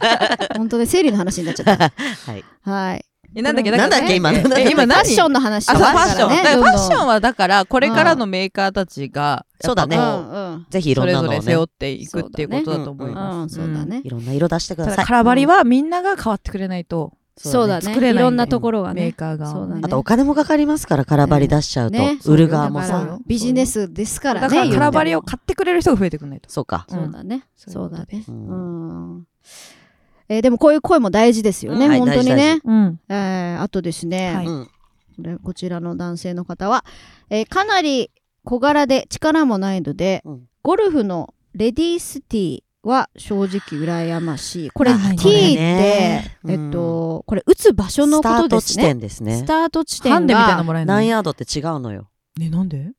Speaker 1: 本当で生理の話になっ
Speaker 2: <laughs>
Speaker 1: ちゃっ
Speaker 3: はい
Speaker 1: たはい
Speaker 2: えなんだっけ、
Speaker 3: なんだっけ今の
Speaker 2: え今
Speaker 1: フ
Speaker 2: 何
Speaker 1: ァッションの話
Speaker 2: あ、そう
Speaker 1: だ
Speaker 2: ファッション。だ
Speaker 1: ね
Speaker 2: からフ
Speaker 1: どん
Speaker 2: ァ
Speaker 1: どん
Speaker 2: ッションはだから、これからのメーカーたちが、
Speaker 3: そうだね
Speaker 2: やっぱこ
Speaker 1: うん
Speaker 3: ぜひいろ
Speaker 2: そ
Speaker 3: ん
Speaker 2: れ
Speaker 3: な
Speaker 2: ぞ
Speaker 3: のを
Speaker 2: れ背
Speaker 3: ね
Speaker 2: 負っていくっていうことだと思い
Speaker 1: うんうん、
Speaker 2: ま
Speaker 1: うん、
Speaker 2: す。
Speaker 1: そうだね、
Speaker 3: いろんな色出してくだ
Speaker 2: た
Speaker 3: さ
Speaker 2: だ
Speaker 3: い
Speaker 2: 空張りはみんなが変わってくれないと、
Speaker 1: そうだね
Speaker 2: 作れないんだよ
Speaker 1: いろんなところが
Speaker 2: メー
Speaker 1: ね
Speaker 2: カーが。
Speaker 1: そうだね
Speaker 3: あとお金もかかりますから空張り出しちゃうと
Speaker 1: ね
Speaker 3: 売る側も
Speaker 2: そう
Speaker 1: だ
Speaker 2: よ
Speaker 1: から
Speaker 3: さ
Speaker 1: ビジネスですか
Speaker 2: だ
Speaker 1: ら
Speaker 2: か
Speaker 1: ね
Speaker 2: ら
Speaker 1: 言うても
Speaker 2: 空張りを買ってくれる人が増えてくれないと。
Speaker 3: そうか
Speaker 1: そうだね、そうだね
Speaker 3: うん
Speaker 1: うんえーでもこういう声も大事ですよね、
Speaker 3: うんはい
Speaker 1: 本当に
Speaker 3: 大
Speaker 1: ね
Speaker 3: 事、
Speaker 2: うん。
Speaker 1: えーあとですね、
Speaker 2: はい
Speaker 3: うん
Speaker 1: これこちらの男性の方は、えーかなり小柄で力もないので、
Speaker 3: うん
Speaker 1: ゴルフのレディースティーは正直羨ましい。これ、テ
Speaker 2: あ
Speaker 1: ィーっ
Speaker 2: これ
Speaker 1: て、
Speaker 3: ね
Speaker 1: えっと、これ打つ場所の
Speaker 3: スタ
Speaker 1: こと
Speaker 3: ー
Speaker 1: で
Speaker 3: ト
Speaker 1: す
Speaker 3: 地
Speaker 1: ね。
Speaker 3: 点です
Speaker 1: ス
Speaker 3: ね
Speaker 1: タート地
Speaker 2: ハ
Speaker 1: 点
Speaker 2: ンデみたいなの
Speaker 1: が
Speaker 2: もらえるの
Speaker 3: 何ヤードって違うのよ
Speaker 2: え、なんで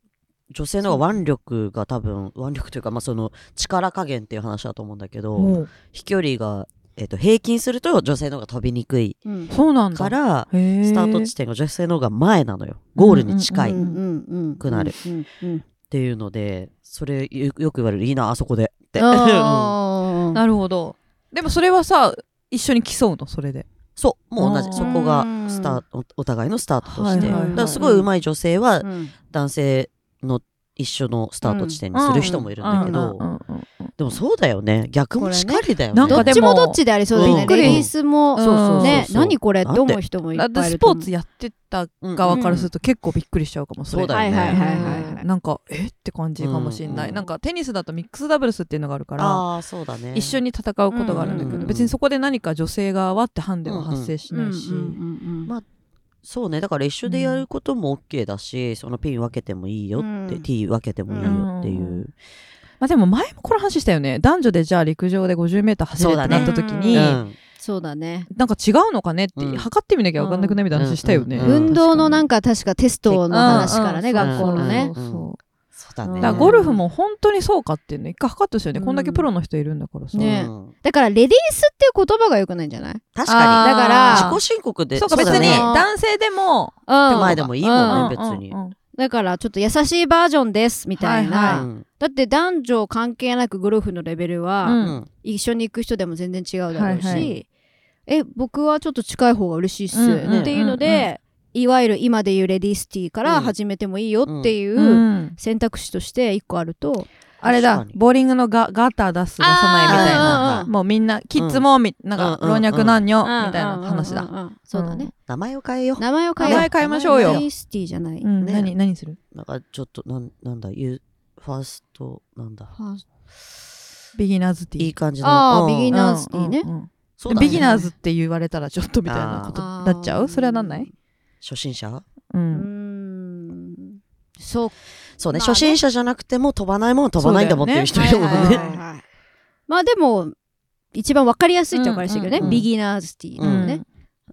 Speaker 3: 女性の方が腕力が多分腕力というかまあその力加減っていう話だと思うんだけど
Speaker 2: おう
Speaker 3: 飛距離がえっと平均すると女性の方が飛びにくい
Speaker 1: うん
Speaker 2: そうなんだ。
Speaker 3: から
Speaker 2: ス
Speaker 3: スタート地点が女性の方が前なのよゴールに近
Speaker 2: は
Speaker 3: いうっ
Speaker 1: んうんうん
Speaker 3: くなる
Speaker 1: うんうん
Speaker 3: ていうのでそれよよく言われるいいなあそこでってうん
Speaker 1: あー
Speaker 2: なるほど。でもそれはさ、一緒に競うの、それで。
Speaker 3: <laughs> そうもう同じ
Speaker 2: あー
Speaker 3: そこがスタートおお互いのスタートと
Speaker 1: はい
Speaker 3: してだ
Speaker 1: はいはい
Speaker 3: からすごい上手い女性は
Speaker 1: うん
Speaker 3: 男性の一緒のスタート地点にする人もいるんだけど
Speaker 2: うんうんうんうん
Speaker 3: でもそうだよね逆もしかりだよね
Speaker 2: これねなんか
Speaker 1: どっ
Speaker 2: で
Speaker 1: ち
Speaker 2: も
Speaker 1: もどっちでありそうだよね。
Speaker 3: うん
Speaker 1: レディースも、
Speaker 2: そうそうそう
Speaker 1: ね、
Speaker 3: そう
Speaker 1: 何これって思う人もいっぱ
Speaker 2: だっ
Speaker 1: いいる
Speaker 2: てス
Speaker 1: と
Speaker 2: ポ
Speaker 1: 思う
Speaker 2: ーツやってた側からすると結構びっくりしちゃうかもそれ
Speaker 3: そうだよね
Speaker 1: はいはいはいはい
Speaker 2: うんなんかえって感じかもしれない、
Speaker 3: うん
Speaker 2: なんかテニスだとミックスダブルスっていうのがあるから
Speaker 3: ああーそうだね
Speaker 2: 一緒に戦うことがあるんだけど、
Speaker 1: うんうんうん
Speaker 2: 別にそこで何か女性側はってハンデは発生し
Speaker 1: うんう
Speaker 2: なんいし、
Speaker 1: うん
Speaker 3: まそうねだから一緒でやることも OK だし、そのピン分けてもいいよって、
Speaker 1: うん
Speaker 3: T 分けてもいいよっていう、
Speaker 2: うんまあ、でも前もこの話したよね男女でじゃあ陸上で 50m 走るってなった時に、
Speaker 1: そうだね
Speaker 3: うん
Speaker 1: そうだね。
Speaker 2: なんか違うのかねって、
Speaker 3: うん
Speaker 2: 測ってみなきゃ分かんなくないみたいな話したよね、
Speaker 3: うん
Speaker 1: 運動のなん
Speaker 2: か
Speaker 1: か確かテストの話からね、
Speaker 2: うん
Speaker 1: 学校のね
Speaker 3: う。ん
Speaker 2: そう
Speaker 3: そうだ
Speaker 2: だ
Speaker 3: ね
Speaker 2: からゴルフも本当にそうかっていうの一回測ってほしいよね、
Speaker 1: うん
Speaker 2: こんだけプロの人いるんだからさ、
Speaker 1: ね
Speaker 3: うん
Speaker 1: だから、レディースっていう言葉が良くないんじゃない
Speaker 3: 確か
Speaker 1: あ
Speaker 3: に
Speaker 1: だからー
Speaker 3: 自己申告で
Speaker 2: そうか、別
Speaker 3: だ
Speaker 2: に
Speaker 3: ね
Speaker 2: 男性でも、
Speaker 1: うん。
Speaker 3: 前でもいいもんね
Speaker 1: う
Speaker 3: 別に
Speaker 2: うんうん
Speaker 1: だから、ちょっと優しいバージョンです、みたい
Speaker 2: は
Speaker 1: な。
Speaker 2: い
Speaker 3: うん
Speaker 1: だって男女関係なくゴルフのレベル
Speaker 2: う
Speaker 1: は、
Speaker 2: ん
Speaker 3: うん
Speaker 1: 一緒に行く人でも全然違うだろう
Speaker 2: はいは
Speaker 1: し、え、僕はちょっと近い方が嬉しいっす。
Speaker 2: うん。
Speaker 3: うん
Speaker 1: っていうので、いわゆる今で言うレディースティーから始めてもいいよっていううん選択肢として一個あると、
Speaker 2: あれだ
Speaker 3: 確かに
Speaker 2: ボーリングのガガタ出す出さないみたいな
Speaker 1: あーうんうんうん
Speaker 2: もうみんなキッズもみ、なんか
Speaker 3: うんうん
Speaker 2: 老
Speaker 3: うん
Speaker 2: 若男女
Speaker 1: うん
Speaker 2: みたいな話
Speaker 1: うん
Speaker 2: だ
Speaker 1: うんうんうんそうだね。
Speaker 3: 名前を変えよう。
Speaker 1: 名前を変え
Speaker 2: 名
Speaker 1: よ
Speaker 2: 前変えましょう
Speaker 1: う。
Speaker 2: よ
Speaker 1: アイスティーじゃない。
Speaker 2: う
Speaker 1: フ
Speaker 2: ん
Speaker 3: ね
Speaker 2: 何何する
Speaker 3: なんかちょっとなんなんだユーファーストなんだ
Speaker 1: ァース
Speaker 2: ビギナーズティー
Speaker 3: いい感じの
Speaker 1: あー
Speaker 3: うん
Speaker 1: ビギ
Speaker 2: ビ
Speaker 1: ナーズティーね
Speaker 3: そうだね
Speaker 2: ビギナーズって言われたらちょっとみたいなことになっちゃ
Speaker 1: あー
Speaker 2: うそれはなんない
Speaker 3: 初心者
Speaker 2: う
Speaker 1: トうんん。そう
Speaker 3: そうね,、
Speaker 1: まあね
Speaker 3: 初心者じゃなくても飛ばないもんは飛ばないんだもんっていう人
Speaker 2: そう
Speaker 3: い
Speaker 2: だ
Speaker 3: る
Speaker 2: よ
Speaker 3: も
Speaker 2: ね
Speaker 3: んね。
Speaker 2: はい
Speaker 1: はいまあでも、一番わかりやすいってわかりやすいけどね。
Speaker 2: うんうん
Speaker 3: うん
Speaker 1: ビギナーズティー
Speaker 3: う
Speaker 1: だよ
Speaker 3: ん
Speaker 1: ね。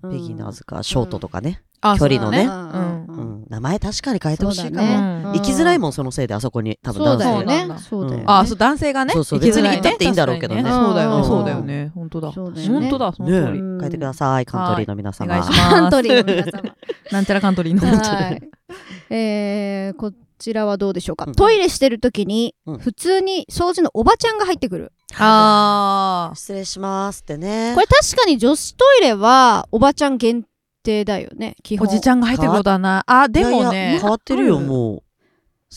Speaker 1: うん
Speaker 3: ビギナーズかショートとかね、
Speaker 2: あ
Speaker 3: 距離のね
Speaker 2: そう
Speaker 1: うん
Speaker 2: だね
Speaker 1: う
Speaker 3: うんん名前確かに変えてほしいかも、
Speaker 2: ねうん
Speaker 3: 行きづらい
Speaker 1: もん。
Speaker 3: もんそのせいであそこに多分
Speaker 1: そう
Speaker 3: 男
Speaker 1: だよ
Speaker 3: 性
Speaker 1: ね
Speaker 2: 男性。が
Speaker 1: そうだよね。
Speaker 2: あーそう男性がね
Speaker 3: そうそう
Speaker 2: 行きづらい
Speaker 1: 別に行ったって
Speaker 3: いいんだろうけどね
Speaker 2: 確かにそうだよ
Speaker 1: う
Speaker 2: ね
Speaker 1: ん
Speaker 2: そうだよね本当だ
Speaker 1: そう
Speaker 2: 本
Speaker 1: だよね
Speaker 2: 当だその
Speaker 3: ね
Speaker 2: 通り
Speaker 1: うん
Speaker 3: 変えてくださいカントリーの皆
Speaker 2: お
Speaker 3: 様
Speaker 2: 願いし
Speaker 1: カン
Speaker 2: ま
Speaker 1: ト
Speaker 2: す
Speaker 1: リーの皆様。
Speaker 2: なんちゃらカントリーの
Speaker 1: はい。えー、こちらはどうでしょうか。
Speaker 3: うん
Speaker 1: トイレしてる時に、
Speaker 3: うん
Speaker 1: 普通に掃除のおばちゃんが入ってくる。
Speaker 2: あ
Speaker 3: 失礼しますってね
Speaker 1: これ確かに女子トイレは、おばちゃん限定だよね、基
Speaker 2: お
Speaker 1: 本。
Speaker 2: じちゃんが入ってることはないあで
Speaker 3: い
Speaker 2: も
Speaker 3: やいや
Speaker 2: ね
Speaker 3: 変わってるよも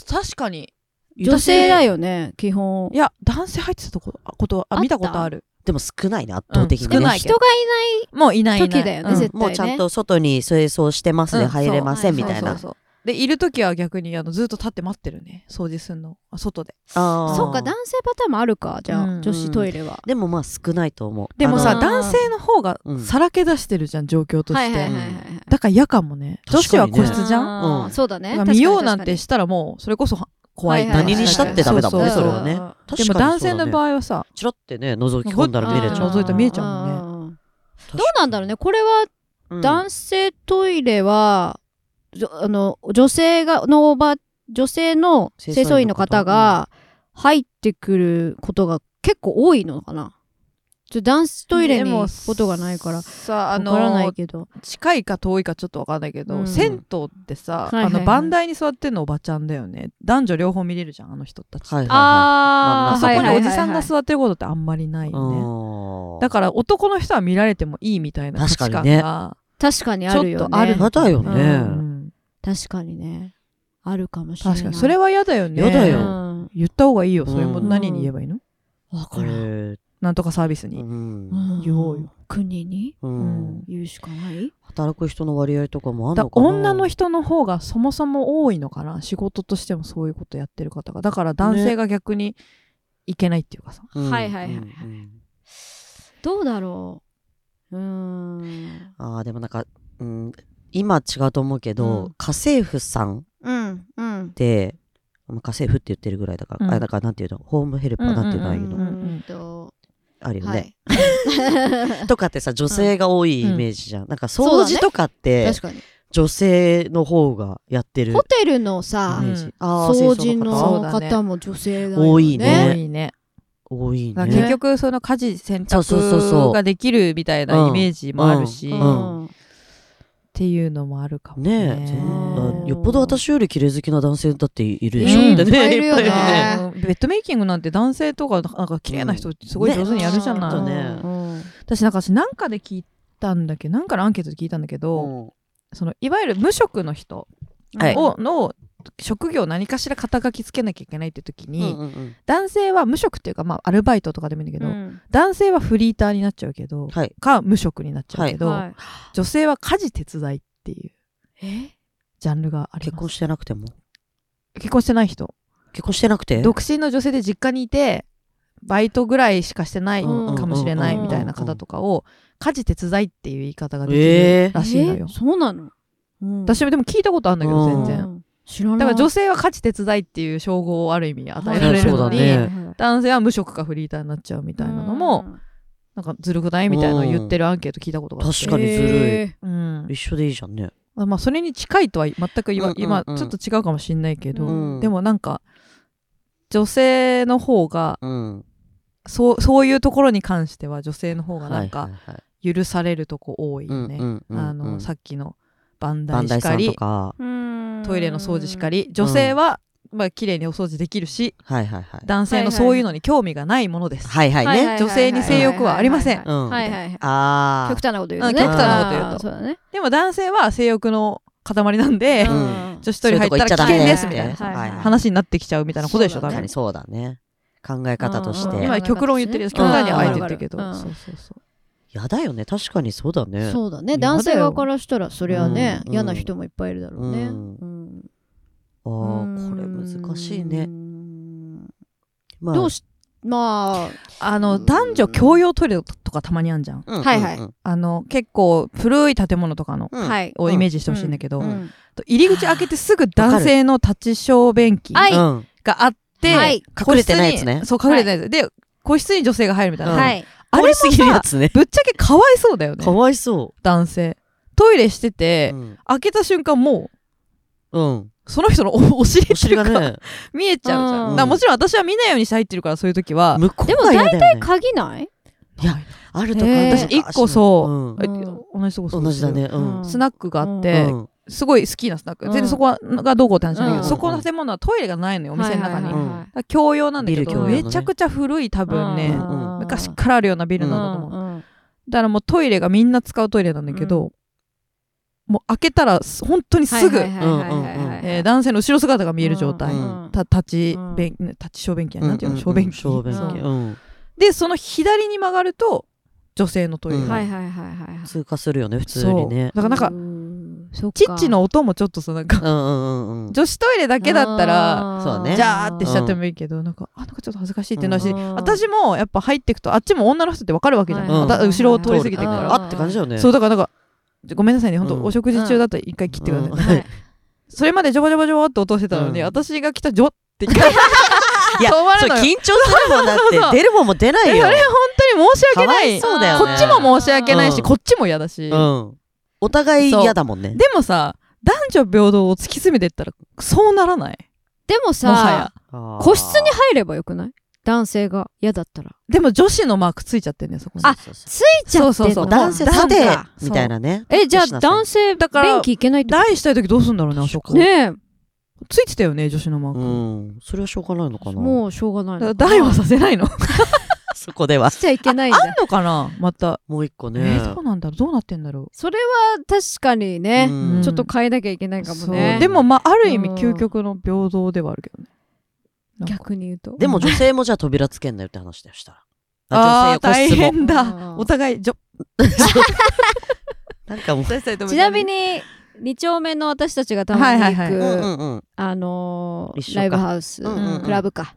Speaker 2: 確かに
Speaker 1: 女性だ
Speaker 2: よ
Speaker 1: よね、基本
Speaker 2: い。や男性入ってたとこあことあ
Speaker 1: あった
Speaker 2: 見たことある
Speaker 3: うでも少ないね圧倒的にね、
Speaker 2: うん少ないけ
Speaker 1: 人がいない
Speaker 2: もういないいない
Speaker 1: 時だよね
Speaker 2: うん
Speaker 1: 絶対
Speaker 3: もうちゃんと外に清掃してますで、
Speaker 2: うん
Speaker 3: 入れません
Speaker 1: そ
Speaker 3: み
Speaker 1: う
Speaker 3: たい
Speaker 2: そう
Speaker 3: な
Speaker 2: そうそうでいる時は逆にあのずっと立って待ってるね掃除するのあ外で
Speaker 3: あー
Speaker 1: そうか男性パターンもあるかじゃあ、
Speaker 2: うん
Speaker 1: 女子トイレは、
Speaker 3: でもまあ少ないと思う
Speaker 2: でも
Speaker 3: あ
Speaker 2: さ
Speaker 3: の
Speaker 2: 男性の方が
Speaker 3: うん
Speaker 2: さらけ出してるじゃん状況と
Speaker 1: はい
Speaker 2: し
Speaker 1: はいはい
Speaker 2: て
Speaker 1: はいはい
Speaker 2: だから嫌かもね女
Speaker 3: 確
Speaker 2: 子
Speaker 3: か
Speaker 2: は
Speaker 3: にね
Speaker 2: 個室じゃん
Speaker 1: あー
Speaker 3: うん
Speaker 1: そうだね
Speaker 2: だから見ようなんてしたらもうそれこそは怖い
Speaker 1: はいはい
Speaker 3: 何にしたってダメだもんね
Speaker 2: そうそう
Speaker 3: それはね確か
Speaker 2: で
Speaker 3: に
Speaker 2: も男性
Speaker 3: そうだ
Speaker 2: の
Speaker 3: ね
Speaker 2: 場合はさ
Speaker 3: チラってね覗き込んだら見れちゃう
Speaker 2: 覗いたら見えちゃうもんね
Speaker 1: もんねどうなんだろうねこれは
Speaker 3: うん
Speaker 1: 男性トイレは、じょあの女性がのおば女性の清掃員の方が入ってくることが結構多いのかなちょ男子トイレに行くことがないから
Speaker 2: さあ
Speaker 1: わか
Speaker 2: の
Speaker 1: らないけど
Speaker 2: 近いか遠いかちょっとわかんないけど、
Speaker 1: うん
Speaker 2: 銭湯ってさ、
Speaker 1: はいはいはい
Speaker 2: あの番台に座ってんのおばちゃんだよね男女両方見れるじゃんあの人たち、
Speaker 3: はいはいはい
Speaker 1: あ
Speaker 3: ー
Speaker 2: あそこ
Speaker 3: はい
Speaker 2: に
Speaker 3: はいはい
Speaker 2: おじさんが座ってることってあんまりないよね、
Speaker 3: うん
Speaker 2: だから男の人は見られてもいいみたいな価値
Speaker 3: 確
Speaker 2: 観
Speaker 3: か
Speaker 2: が
Speaker 3: にね
Speaker 1: 確かにあるよ
Speaker 2: ち
Speaker 1: ね
Speaker 2: ょっとある
Speaker 3: 嫌だよ
Speaker 2: うん
Speaker 3: ね。
Speaker 1: 確かにねあるかもしれない
Speaker 2: 確かにそれ
Speaker 1: は
Speaker 2: は嫌だよね
Speaker 3: 嫌だよ
Speaker 1: うん
Speaker 2: 言った方がいいよそれも
Speaker 3: うん
Speaker 2: 何に言えばいいの、
Speaker 1: わ
Speaker 3: こ
Speaker 1: から
Speaker 3: れ、
Speaker 1: ん
Speaker 2: なんとかサービス
Speaker 3: う
Speaker 2: に、
Speaker 3: ん。
Speaker 2: ん言おうよ
Speaker 1: 国に
Speaker 3: う
Speaker 2: うん
Speaker 3: ん。
Speaker 1: 言うしかない
Speaker 3: 働く人の割合とかもあん
Speaker 2: だ
Speaker 3: のかな
Speaker 2: 女の人の方がそもそも多いのかな仕事としてもそういうことやってる方がだから男性が逆にいけないっていうかさ、
Speaker 3: うん
Speaker 1: はいはいはいはい
Speaker 3: うんうん
Speaker 1: どうだろううーん
Speaker 3: ああ、でもなんか、うん、今違うと思うけ
Speaker 2: う
Speaker 3: ど
Speaker 2: ん、
Speaker 3: 家政婦さんっ
Speaker 1: うんうん
Speaker 3: て、まあ家政婦って言ってるぐらいだか
Speaker 2: うん
Speaker 3: ら、あ、だからなんていうの、ホームヘルパーなんていうのああいう
Speaker 2: う
Speaker 3: の
Speaker 2: んうん
Speaker 1: と
Speaker 3: あるよ
Speaker 1: は
Speaker 3: ね。
Speaker 1: い
Speaker 3: とかってさ、女性が多いイメージじゃん。なんか
Speaker 1: そう
Speaker 3: 掃
Speaker 1: だね
Speaker 3: 除とかって、
Speaker 1: 確かに
Speaker 3: 女性の方がやってるイ
Speaker 1: ホテルの
Speaker 3: メ
Speaker 1: さ
Speaker 3: ー
Speaker 2: うん
Speaker 3: ジ。あー
Speaker 1: 掃
Speaker 3: 清
Speaker 1: 除
Speaker 3: 掃
Speaker 2: そう
Speaker 1: の
Speaker 2: だね
Speaker 1: 方も女性だよ
Speaker 3: 多
Speaker 2: 多
Speaker 3: いね
Speaker 2: いね
Speaker 3: 多い
Speaker 2: だから
Speaker 1: ね
Speaker 2: 結
Speaker 3: ね。
Speaker 2: 局その家事選
Speaker 3: そうそうそうそ
Speaker 2: 択
Speaker 3: う
Speaker 2: ができるみたいなイメージもあるし、
Speaker 1: う
Speaker 3: うん
Speaker 2: っ
Speaker 1: ん
Speaker 2: ていうのもあるかもね
Speaker 3: ねえ、
Speaker 1: うん
Speaker 3: あよっぽど私より綺麗好きな男性だっているでし
Speaker 2: う
Speaker 3: ょ
Speaker 2: ん
Speaker 3: って
Speaker 1: い
Speaker 3: ね。
Speaker 1: っぱいいるよね
Speaker 3: っぱいいる
Speaker 2: あのベッドメイキングなんて男性とかなんか綺麗な人すごい上手にやるじゃない、
Speaker 3: ねうんね
Speaker 1: うん
Speaker 2: 私なんか私なんかで聞いたんだけどなんかのアンケートで聞いたんだけど、そのいわゆる無職の人
Speaker 3: はい
Speaker 2: を、の職業を何かしら肩書きつけなきゃいけないって時
Speaker 3: うん
Speaker 2: に、
Speaker 3: うんうん
Speaker 2: 男性は無職っていうか、まあ、アルバイトとかでもいいんだけ
Speaker 1: う
Speaker 2: ど、
Speaker 1: ん
Speaker 2: 男性はフリーターになっちゃうけど、
Speaker 3: はい。
Speaker 2: か無職になっちゃうけど、
Speaker 1: はい
Speaker 2: 女性は家事手伝いっていう
Speaker 1: え
Speaker 2: ジャンルがあり
Speaker 3: 結
Speaker 2: ます
Speaker 3: 婚してなくても。
Speaker 2: 結婚してない人
Speaker 3: 結婚してなくて
Speaker 2: 独身の女性で実家にいてバイトぐらいしかしてないか
Speaker 1: うん
Speaker 2: もしれないみたいな方とかを家事手伝いっていう言い方ができ
Speaker 3: え
Speaker 2: る
Speaker 3: ー
Speaker 2: らしいのよ
Speaker 1: え、そうなのうん
Speaker 2: 私もでも聞いたことあるんだけど
Speaker 3: うん
Speaker 2: 全然、
Speaker 1: うん知らない
Speaker 2: だから女性は家事手伝いっていう称号をある意味与えられるのに、
Speaker 3: そうだね
Speaker 2: 男性は無職かフリーターになっちゃうみたいなのも、なんかずるくないみたいなのを言ってるアンケート聞いたことがあって
Speaker 3: 確かにずるい
Speaker 1: え
Speaker 2: うん
Speaker 3: 一緒でいいじゃんね。
Speaker 2: まあ、それに近いとは全く今,、
Speaker 3: うんうんうん
Speaker 2: 今ちょっと違うかもしれないけど、
Speaker 3: うん
Speaker 2: でもなんか女性の方が
Speaker 3: うん。
Speaker 2: そうそういうところに関しては女性の方がなん
Speaker 3: はい
Speaker 2: か
Speaker 3: はいはい
Speaker 2: 許されるとこ多いよね。あのさっきの番
Speaker 3: バン
Speaker 2: 台
Speaker 3: ダ
Speaker 2: し
Speaker 3: イ
Speaker 2: かり
Speaker 3: さんとか。
Speaker 1: ー
Speaker 2: トイレの掃除しかり女性は、まあ綺麗にお掃除できるし
Speaker 3: はいはいはい。
Speaker 2: 男性のそういうのに興味がないものです。
Speaker 3: はいはいね。
Speaker 2: 女性に性欲はありません
Speaker 3: うん
Speaker 1: はいはいはい。
Speaker 3: ああ
Speaker 1: 極。端なこと言うとね。
Speaker 2: うん
Speaker 3: 極端なこと
Speaker 2: 言うと
Speaker 1: あーそうだね。
Speaker 2: でも男性は性欲の塊なんで
Speaker 3: うん
Speaker 2: 女子トイレ入ったら危
Speaker 3: そういうとこ行っちゃダメ
Speaker 2: 険ですみたいな
Speaker 3: は
Speaker 1: はいはい
Speaker 3: はい
Speaker 2: 話になってきちゃうみたいなことでしょ
Speaker 1: そうだ
Speaker 2: 多
Speaker 1: ね
Speaker 2: 分
Speaker 3: そうだね。考え方とし
Speaker 1: うんうん
Speaker 3: て
Speaker 1: うん
Speaker 2: 今極論言ってるやつ極端にあえて言ってるけど、
Speaker 1: うんうん
Speaker 2: そうそうそう
Speaker 3: やだよね確かにそうだね
Speaker 1: そうだね
Speaker 2: 嫌だよ
Speaker 1: 男性側からしたらそりゃね、
Speaker 3: うん
Speaker 1: 嫌な人もいっぱいいるだろうね、
Speaker 3: うん
Speaker 1: うん
Speaker 3: あーこれ難しいうね
Speaker 1: ん
Speaker 3: まあ
Speaker 1: どうしま
Speaker 2: あの
Speaker 3: うん
Speaker 2: 男女共用トイレとかたまにあんじゃん
Speaker 3: うんうんうん
Speaker 1: はいはい
Speaker 2: あの結構古い建物とかの、
Speaker 1: あ、
Speaker 3: うん
Speaker 1: はい
Speaker 2: をイメージしてほしいんだけど、
Speaker 1: うん
Speaker 3: う
Speaker 2: と入り口開けてすぐ男性の立ち小便器
Speaker 1: は
Speaker 2: が
Speaker 1: い
Speaker 3: うん
Speaker 2: あって、
Speaker 1: はい
Speaker 3: 隠れてないやつ
Speaker 2: 個室
Speaker 3: ね
Speaker 2: にそう隠れてないやつ、で個室に女性が入るみたいな、
Speaker 3: うん
Speaker 1: はい、
Speaker 2: あれも
Speaker 3: 通り過ぎるや
Speaker 2: さ
Speaker 3: つね
Speaker 2: ぶっちゃけかわいそうだよね
Speaker 3: かわいそ
Speaker 2: 男性トイレしてて、
Speaker 3: ううん
Speaker 2: 開けた瞬間も
Speaker 3: うん
Speaker 2: うその人のお <laughs> お尻
Speaker 3: お尻
Speaker 2: が、
Speaker 3: がね
Speaker 2: 見えちゃうじゃん、
Speaker 1: う
Speaker 2: だか
Speaker 1: ん
Speaker 2: らもちろん私は見ないようにして入ってるからそういう時は、
Speaker 3: 向こうが嫌だよね
Speaker 1: 鍵ない
Speaker 3: いやあるとか
Speaker 1: へー
Speaker 2: 私一個そう、
Speaker 1: うん
Speaker 2: え同じとこそううん
Speaker 3: 同じだねう
Speaker 1: うん
Speaker 2: スナックがあっ
Speaker 3: う
Speaker 2: て、
Speaker 3: ん
Speaker 2: すごい好きなスナック、
Speaker 1: うん
Speaker 2: 全然そこはがどうこうって話じゃないけど、
Speaker 1: うん
Speaker 2: そこの建物はトイレがないのよお店の中に、
Speaker 1: はいはいはいはい
Speaker 2: だから共用なんだけ
Speaker 1: ル
Speaker 3: ビ
Speaker 2: ど、
Speaker 1: 共用のね
Speaker 2: めちゃくちゃ古い多分ね、
Speaker 1: うん
Speaker 2: 昔からあるようなビルなんだと思う、
Speaker 1: うん
Speaker 2: だからもうトイレがみんな使うトイレなんだけど、もう開けたらす本当にすぐ、
Speaker 1: はいはいはいはいはいはい
Speaker 2: えー男性の後ろ姿が見える状態、
Speaker 3: うん
Speaker 2: た立ち
Speaker 1: うん
Speaker 2: 便立ち小便器や
Speaker 3: うん
Speaker 2: なんていうの小便器、
Speaker 3: 小便器
Speaker 1: そう
Speaker 3: うん
Speaker 2: でその左に曲がると女性のトイレ、
Speaker 3: うん
Speaker 1: はいはいはいはいはい
Speaker 3: 通過するよね普通
Speaker 2: そう
Speaker 3: にね
Speaker 2: だからなんかチ
Speaker 1: チ
Speaker 2: ッチの音もちょっとさなんか
Speaker 3: うんうんうんうん
Speaker 2: 女子トイレだけだったら
Speaker 3: そうだね
Speaker 2: じゃーってしちゃって
Speaker 1: も
Speaker 2: もいいけど、なんかあなんかちょっと恥ずかしいっていうのはし、
Speaker 1: うん
Speaker 2: 私もやっぱ入ってくとあっちも女の人ってわかるわけじゃん、
Speaker 1: はい
Speaker 3: はい
Speaker 2: わた後ろを通り過ぎ
Speaker 3: る
Speaker 2: てく
Speaker 1: いく
Speaker 2: から、
Speaker 1: うん
Speaker 3: あって感じだよね
Speaker 2: そうだからなんかごめんなさいね本当、
Speaker 3: うん
Speaker 2: お食事中だったら一回切ってください、
Speaker 3: うん
Speaker 1: はい
Speaker 2: それまでジョバジョバジョバって音してたのに、
Speaker 3: うん
Speaker 2: 私が来たジョって一回
Speaker 3: いや
Speaker 2: 止まる
Speaker 3: そう
Speaker 2: のよ
Speaker 3: 緊張するもんだ
Speaker 2: そうそ
Speaker 3: っ
Speaker 2: う
Speaker 3: て出るもんも出ない
Speaker 2: え
Speaker 3: よ
Speaker 2: それ本当に申し訳
Speaker 3: かわ
Speaker 2: ない
Speaker 3: いそうだよね
Speaker 2: こっちも申し訳ないし、
Speaker 3: うん
Speaker 2: こっちも嫌だし、
Speaker 3: うんお互い嫌だもんね
Speaker 2: でもさ男女平等を突き詰めてったらそうならない
Speaker 1: でも
Speaker 2: もはや
Speaker 1: さ個室に入ればよくない男性が嫌だったら
Speaker 2: でも女子のマークついちゃってんねそこに
Speaker 1: あついちゃってんの
Speaker 2: そうそうそう
Speaker 3: 男性
Speaker 2: なんか
Speaker 3: さて
Speaker 2: そう
Speaker 3: みたいなね
Speaker 1: えじゃあ男性
Speaker 2: だから
Speaker 1: 便器行けないってこ
Speaker 2: 台したい時どうすんだろうねあそ
Speaker 1: と
Speaker 2: こ、
Speaker 1: ね
Speaker 2: ついてたよね女子のマーク、
Speaker 3: うんそれはしょうがないのか
Speaker 1: え
Speaker 3: な
Speaker 1: もうしょうがない
Speaker 2: だから
Speaker 1: の
Speaker 2: 台はさせないのあ
Speaker 3: そこでは
Speaker 1: しちゃいけないん
Speaker 2: <laughs>
Speaker 1: だ
Speaker 2: んのかなまた、
Speaker 3: もう一個
Speaker 2: え
Speaker 3: ね
Speaker 2: ー、どうなんだろうどうなってんだろ
Speaker 1: それは確かに
Speaker 3: う
Speaker 1: ね、
Speaker 3: ん
Speaker 1: ちょっと変えなきゃいけないうかも
Speaker 2: そう
Speaker 1: ね
Speaker 2: でもまあある意味
Speaker 1: うん
Speaker 2: 究極の平等ではあるけどねなんか
Speaker 1: 逆に言うと
Speaker 3: でも女性もじゃあ扉つけんなよって話でした
Speaker 2: あー
Speaker 3: ら
Speaker 2: 大
Speaker 3: 女性個室も
Speaker 2: 変
Speaker 1: うん
Speaker 2: だお互いじょ
Speaker 3: なんかもう
Speaker 1: ちなみ
Speaker 2: に
Speaker 1: に2丁目の私たちがたまに行く、
Speaker 2: はいはい
Speaker 3: うんうんうん
Speaker 1: あのー
Speaker 3: 一緒か
Speaker 1: ライブハウス、
Speaker 3: うん
Speaker 2: うんうん
Speaker 1: クラブか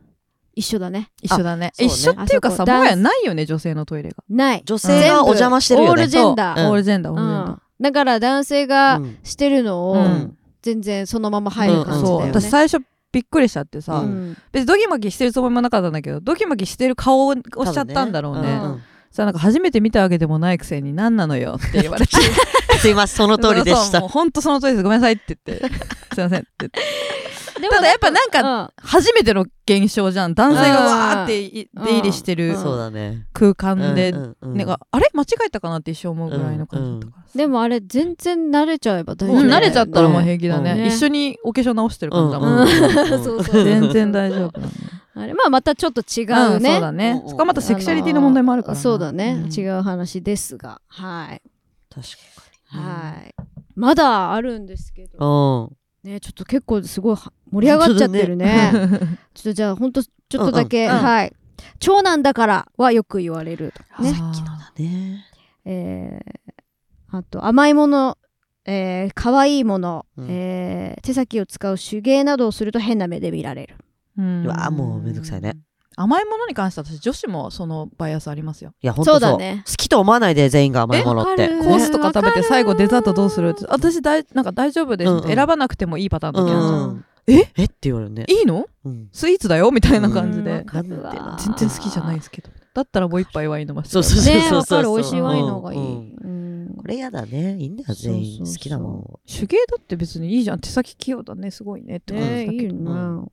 Speaker 1: 一緒だね
Speaker 2: 一緒だね
Speaker 3: そうね
Speaker 2: 一緒っていうかさ
Speaker 1: あそこ
Speaker 2: もはやないよね女性のトイレが
Speaker 1: ない
Speaker 3: 女性がお邪魔してるよね
Speaker 1: 全部オールジェンダー
Speaker 2: そうオールジェンダーオールジェンダー
Speaker 1: うん、だから男性が
Speaker 3: うん
Speaker 1: してるの
Speaker 2: う
Speaker 1: を
Speaker 2: ん
Speaker 1: 全然そのまま入る感じだ
Speaker 2: そ
Speaker 1: よ
Speaker 2: う
Speaker 1: ね、
Speaker 2: 私最初びっくりしちゃってさ、
Speaker 3: う
Speaker 2: 別にドギマギしてるつもりもなかったんだけどドギマギしてる顔をしちゃったんだろうね
Speaker 1: 多分ね
Speaker 3: んん
Speaker 2: さあなんか初めて見たわけでもないくせに何なのよって言われて
Speaker 3: すいませんその通りでし
Speaker 2: そう
Speaker 3: た
Speaker 2: もうほんとその通りですごめんなさいって言ってすいませんって言って
Speaker 1: でも
Speaker 2: ただやっぱなんか
Speaker 1: うん
Speaker 2: 初めての現象じゃん男性がわーってい
Speaker 1: うん
Speaker 2: 出入りしてる
Speaker 1: ん
Speaker 3: そうだね
Speaker 2: 空間で、
Speaker 3: うんうんうん
Speaker 2: なんかあれ間違えたかなって一生思うぐらいの感じだったからさ、
Speaker 1: でもあれ全然慣れちゃえば大丈夫、
Speaker 3: うん
Speaker 2: 慣れちゃったらもう平気だね,、
Speaker 1: うんね
Speaker 2: 一緒にお化粧直してる感じだもん、
Speaker 1: うんそうそう
Speaker 2: 全然大丈夫なの
Speaker 1: あれまあまたちょっと違
Speaker 2: うん
Speaker 1: うね、
Speaker 2: そうだね
Speaker 3: うん
Speaker 2: そこはまたセクシャリティの問題もあるからな
Speaker 1: そうだね、
Speaker 2: ん
Speaker 1: 違う話ですがはい
Speaker 3: 確かうん
Speaker 1: はい、まだあるんですけど
Speaker 3: に
Speaker 1: ねちょっと結構すごいは盛り上がっちゃってるね
Speaker 2: <laughs>
Speaker 1: ちょっとじゃあほんとちょっとだけ、
Speaker 3: うんうんうん
Speaker 1: はい長男だからはよく言われるとか
Speaker 2: ね
Speaker 1: ね
Speaker 2: さっきの
Speaker 3: うんね
Speaker 1: えーあと甘いものえー、可愛いもの、
Speaker 3: うん
Speaker 1: えー手先を使う手芸などをすると変な目で見られる
Speaker 2: うん
Speaker 3: うわーもうめんどくさいね
Speaker 2: 甘いものに関しては私女子もそのバイアスありますよ
Speaker 3: いや本当そう
Speaker 1: そうだね
Speaker 3: 好きと思わないで全員が甘いものっ
Speaker 1: え
Speaker 3: て
Speaker 1: わかる
Speaker 2: コースとか食べて最後デザートどうする
Speaker 1: わ
Speaker 2: っ
Speaker 1: か
Speaker 2: て
Speaker 1: る
Speaker 2: 私だいなんか大丈夫です、
Speaker 3: うんうん
Speaker 2: 選ばなくてもいいパターンの時あるじゃん、
Speaker 3: うん
Speaker 2: え
Speaker 3: えって言われるね
Speaker 2: いいの
Speaker 3: うん
Speaker 2: スイーツだよみたいな感じ
Speaker 1: うん
Speaker 2: で
Speaker 1: わ、かるわ
Speaker 3: なんて
Speaker 2: 全然好きじゃないですけどだったらもう一杯ワイン飲ませて
Speaker 3: そうそうそう
Speaker 1: ね
Speaker 3: そう
Speaker 1: わ
Speaker 3: そ
Speaker 1: か
Speaker 3: う
Speaker 1: る
Speaker 3: そう
Speaker 1: 美味しいワインの方がいい、
Speaker 3: うん
Speaker 1: うん
Speaker 3: これやだねいいんだよ全員好きだもん
Speaker 2: 手芸だって別にいいじゃん手先器用だねすごいねって感じだ
Speaker 1: ね
Speaker 2: けど、
Speaker 1: いいよね、
Speaker 3: うん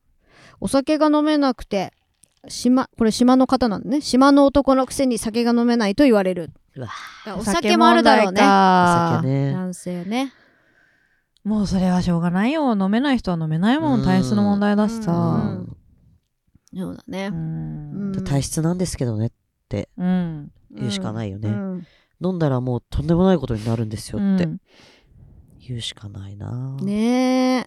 Speaker 1: お酒が飲めなくて島これ島の方なんだね島の男のくせに酒が飲めないと言われる
Speaker 3: うわ
Speaker 1: だからお酒もあるだろうね
Speaker 3: お酒ね
Speaker 1: 男性ね
Speaker 2: もうそれはしょうがないよ飲めない人は飲めないもん体質の問題だし
Speaker 1: う
Speaker 2: さ
Speaker 1: んそうだね
Speaker 2: う、ん
Speaker 1: うん
Speaker 3: 体質なんですけどね
Speaker 2: うん
Speaker 3: 言うしかないよね
Speaker 1: うん
Speaker 3: 飲んだらもうとんでもないことになるんですよ
Speaker 2: うん
Speaker 3: って言うしかないな
Speaker 1: ねえ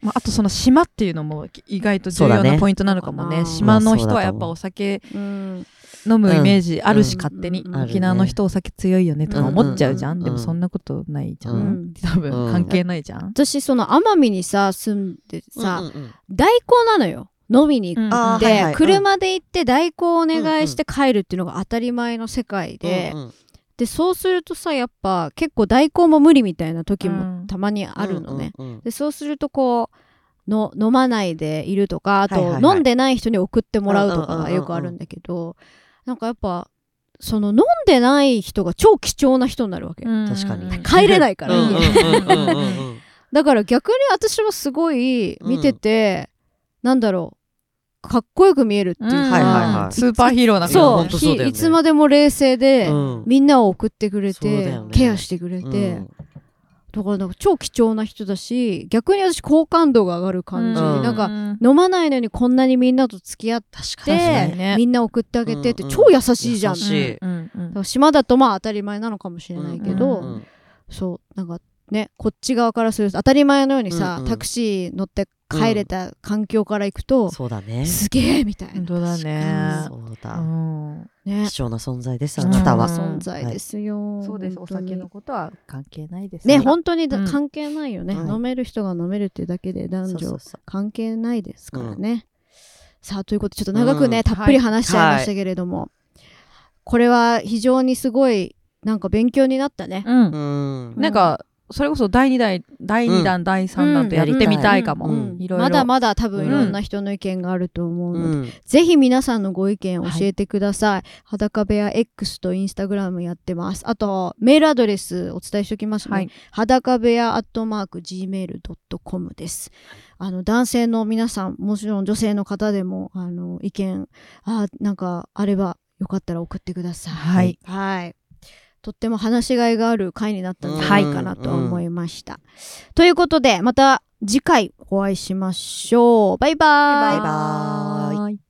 Speaker 2: まあ、あとその島っていうのも意外と重
Speaker 3: そう
Speaker 2: 要
Speaker 3: だね
Speaker 2: なポイントなのかもね
Speaker 1: あー
Speaker 2: 島
Speaker 3: ま
Speaker 2: の
Speaker 3: あそう
Speaker 2: 人
Speaker 3: だと思う
Speaker 2: はやっぱお酒
Speaker 1: うん
Speaker 2: 飲むイメージあるし、
Speaker 3: うん
Speaker 2: 勝手に、
Speaker 1: うんあるね
Speaker 2: 沖縄の人お酒強いよねとか思っちゃうじゃん、
Speaker 3: うん
Speaker 2: でもそんなことないじゃん、
Speaker 3: うん
Speaker 2: 多分
Speaker 3: うん
Speaker 2: 関係ないじゃん、
Speaker 1: 私その奄美にさ住んでさ、
Speaker 3: うんうんうん
Speaker 1: 代行なのよ飲みに行
Speaker 2: うん
Speaker 1: っ
Speaker 3: あー
Speaker 1: て、
Speaker 3: はいはい
Speaker 1: 車で行って代行お願いして帰るっていうのが当たり前の世界で、
Speaker 3: うんうん
Speaker 1: でそうするとさやっぱ結構代行も無理みたいな時
Speaker 2: う
Speaker 1: も
Speaker 2: ん
Speaker 1: たまにあるのね、
Speaker 3: うんうんうん
Speaker 1: でそうするとこうの飲まないでいるとかあと、
Speaker 3: はいはいはい
Speaker 1: 飲んでない人に送ってもらうとか
Speaker 3: うんうんうんうん
Speaker 1: が
Speaker 3: うん
Speaker 1: よくあるんだけどなんかやっぱその飲んでない人が超貴重な人になるわけ、
Speaker 3: 確かに
Speaker 1: 帰れないから、
Speaker 3: うん
Speaker 1: 家
Speaker 3: うんうんうんうん
Speaker 1: だから逆に私もすごい見てて、なんだろうかっこよく見えるっていうか、
Speaker 3: はいはいはい
Speaker 2: スーパーヒーローな感じ
Speaker 1: そ
Speaker 3: ほ
Speaker 1: うん
Speaker 3: とそうだよね
Speaker 1: ひいつまでも冷静で、
Speaker 3: うん
Speaker 1: みんなを送ってくれ
Speaker 3: そうだ
Speaker 1: て、
Speaker 3: よね
Speaker 1: ケアしてくれて、
Speaker 3: うん
Speaker 1: だからなんか超貴重な人だし逆に私好感度が上がる感じ、
Speaker 3: うん
Speaker 1: なんか
Speaker 2: か
Speaker 1: 飲まないのにこんなにみんなと付き合って
Speaker 3: 確かに
Speaker 2: 確かにね
Speaker 1: みんな送ってあげてって
Speaker 3: うんうん
Speaker 1: 超優しいじゃん、
Speaker 3: 優しい
Speaker 1: だから島だとまあ当たり前なのかもしれないけど、
Speaker 2: うんうん
Speaker 1: そうなんかねこっち側からすると当たり前のようにさ、
Speaker 3: うんうん
Speaker 1: タクシー乗って帰れた環境から行くと、
Speaker 3: そうだね
Speaker 1: すげえみたい
Speaker 2: 本
Speaker 1: な、
Speaker 2: 当だね
Speaker 3: そう
Speaker 2: う
Speaker 3: だ
Speaker 2: ん
Speaker 1: ね
Speaker 3: 貴重な存在ですあ
Speaker 1: 貴
Speaker 2: うん
Speaker 3: な
Speaker 1: 重
Speaker 3: た
Speaker 1: な
Speaker 3: は
Speaker 1: 存在ですよ、
Speaker 2: そうですお
Speaker 1: 本当に
Speaker 2: 酒のことは関係ないです
Speaker 1: ね
Speaker 2: ん
Speaker 1: 本当にだ
Speaker 2: うん
Speaker 1: 関係ないよね、
Speaker 3: はい
Speaker 1: 飲める人が飲めるっていうだけで男
Speaker 3: そうそ
Speaker 1: 女
Speaker 3: うそう
Speaker 1: 関係ないですからね、さあということでちょっと長くね、
Speaker 3: うん
Speaker 1: たっぷり話しちゃいましたけれども、これは非常にすごいなんか勉強になったね、
Speaker 2: うん
Speaker 3: うん
Speaker 2: なんかそれこそ第2弾第2弾、第3弾とやってみたいかも、
Speaker 3: うん
Speaker 2: いろいろ
Speaker 1: まだまだ多分
Speaker 3: うん
Speaker 1: いろんな人の意見があると思うので、
Speaker 3: うん
Speaker 1: ぜひ皆さんのご意見を教えてください、裸部屋 X とインスタグラムやってますあとメールアドレスお伝えしておきますね、
Speaker 2: はい
Speaker 1: 裸部屋アットマーク gmail.com です。あの男性の皆さん、もちろん女性の方でも、あの意見、あなんかあればよかったら送ってください。
Speaker 2: はい。
Speaker 1: はい。とっても話しがいがある回になったんじゃないかなと
Speaker 3: うん
Speaker 1: 思いました。ということで、また次回お会いしましょう。バイバーイ。
Speaker 3: バイバーイ
Speaker 2: ーイ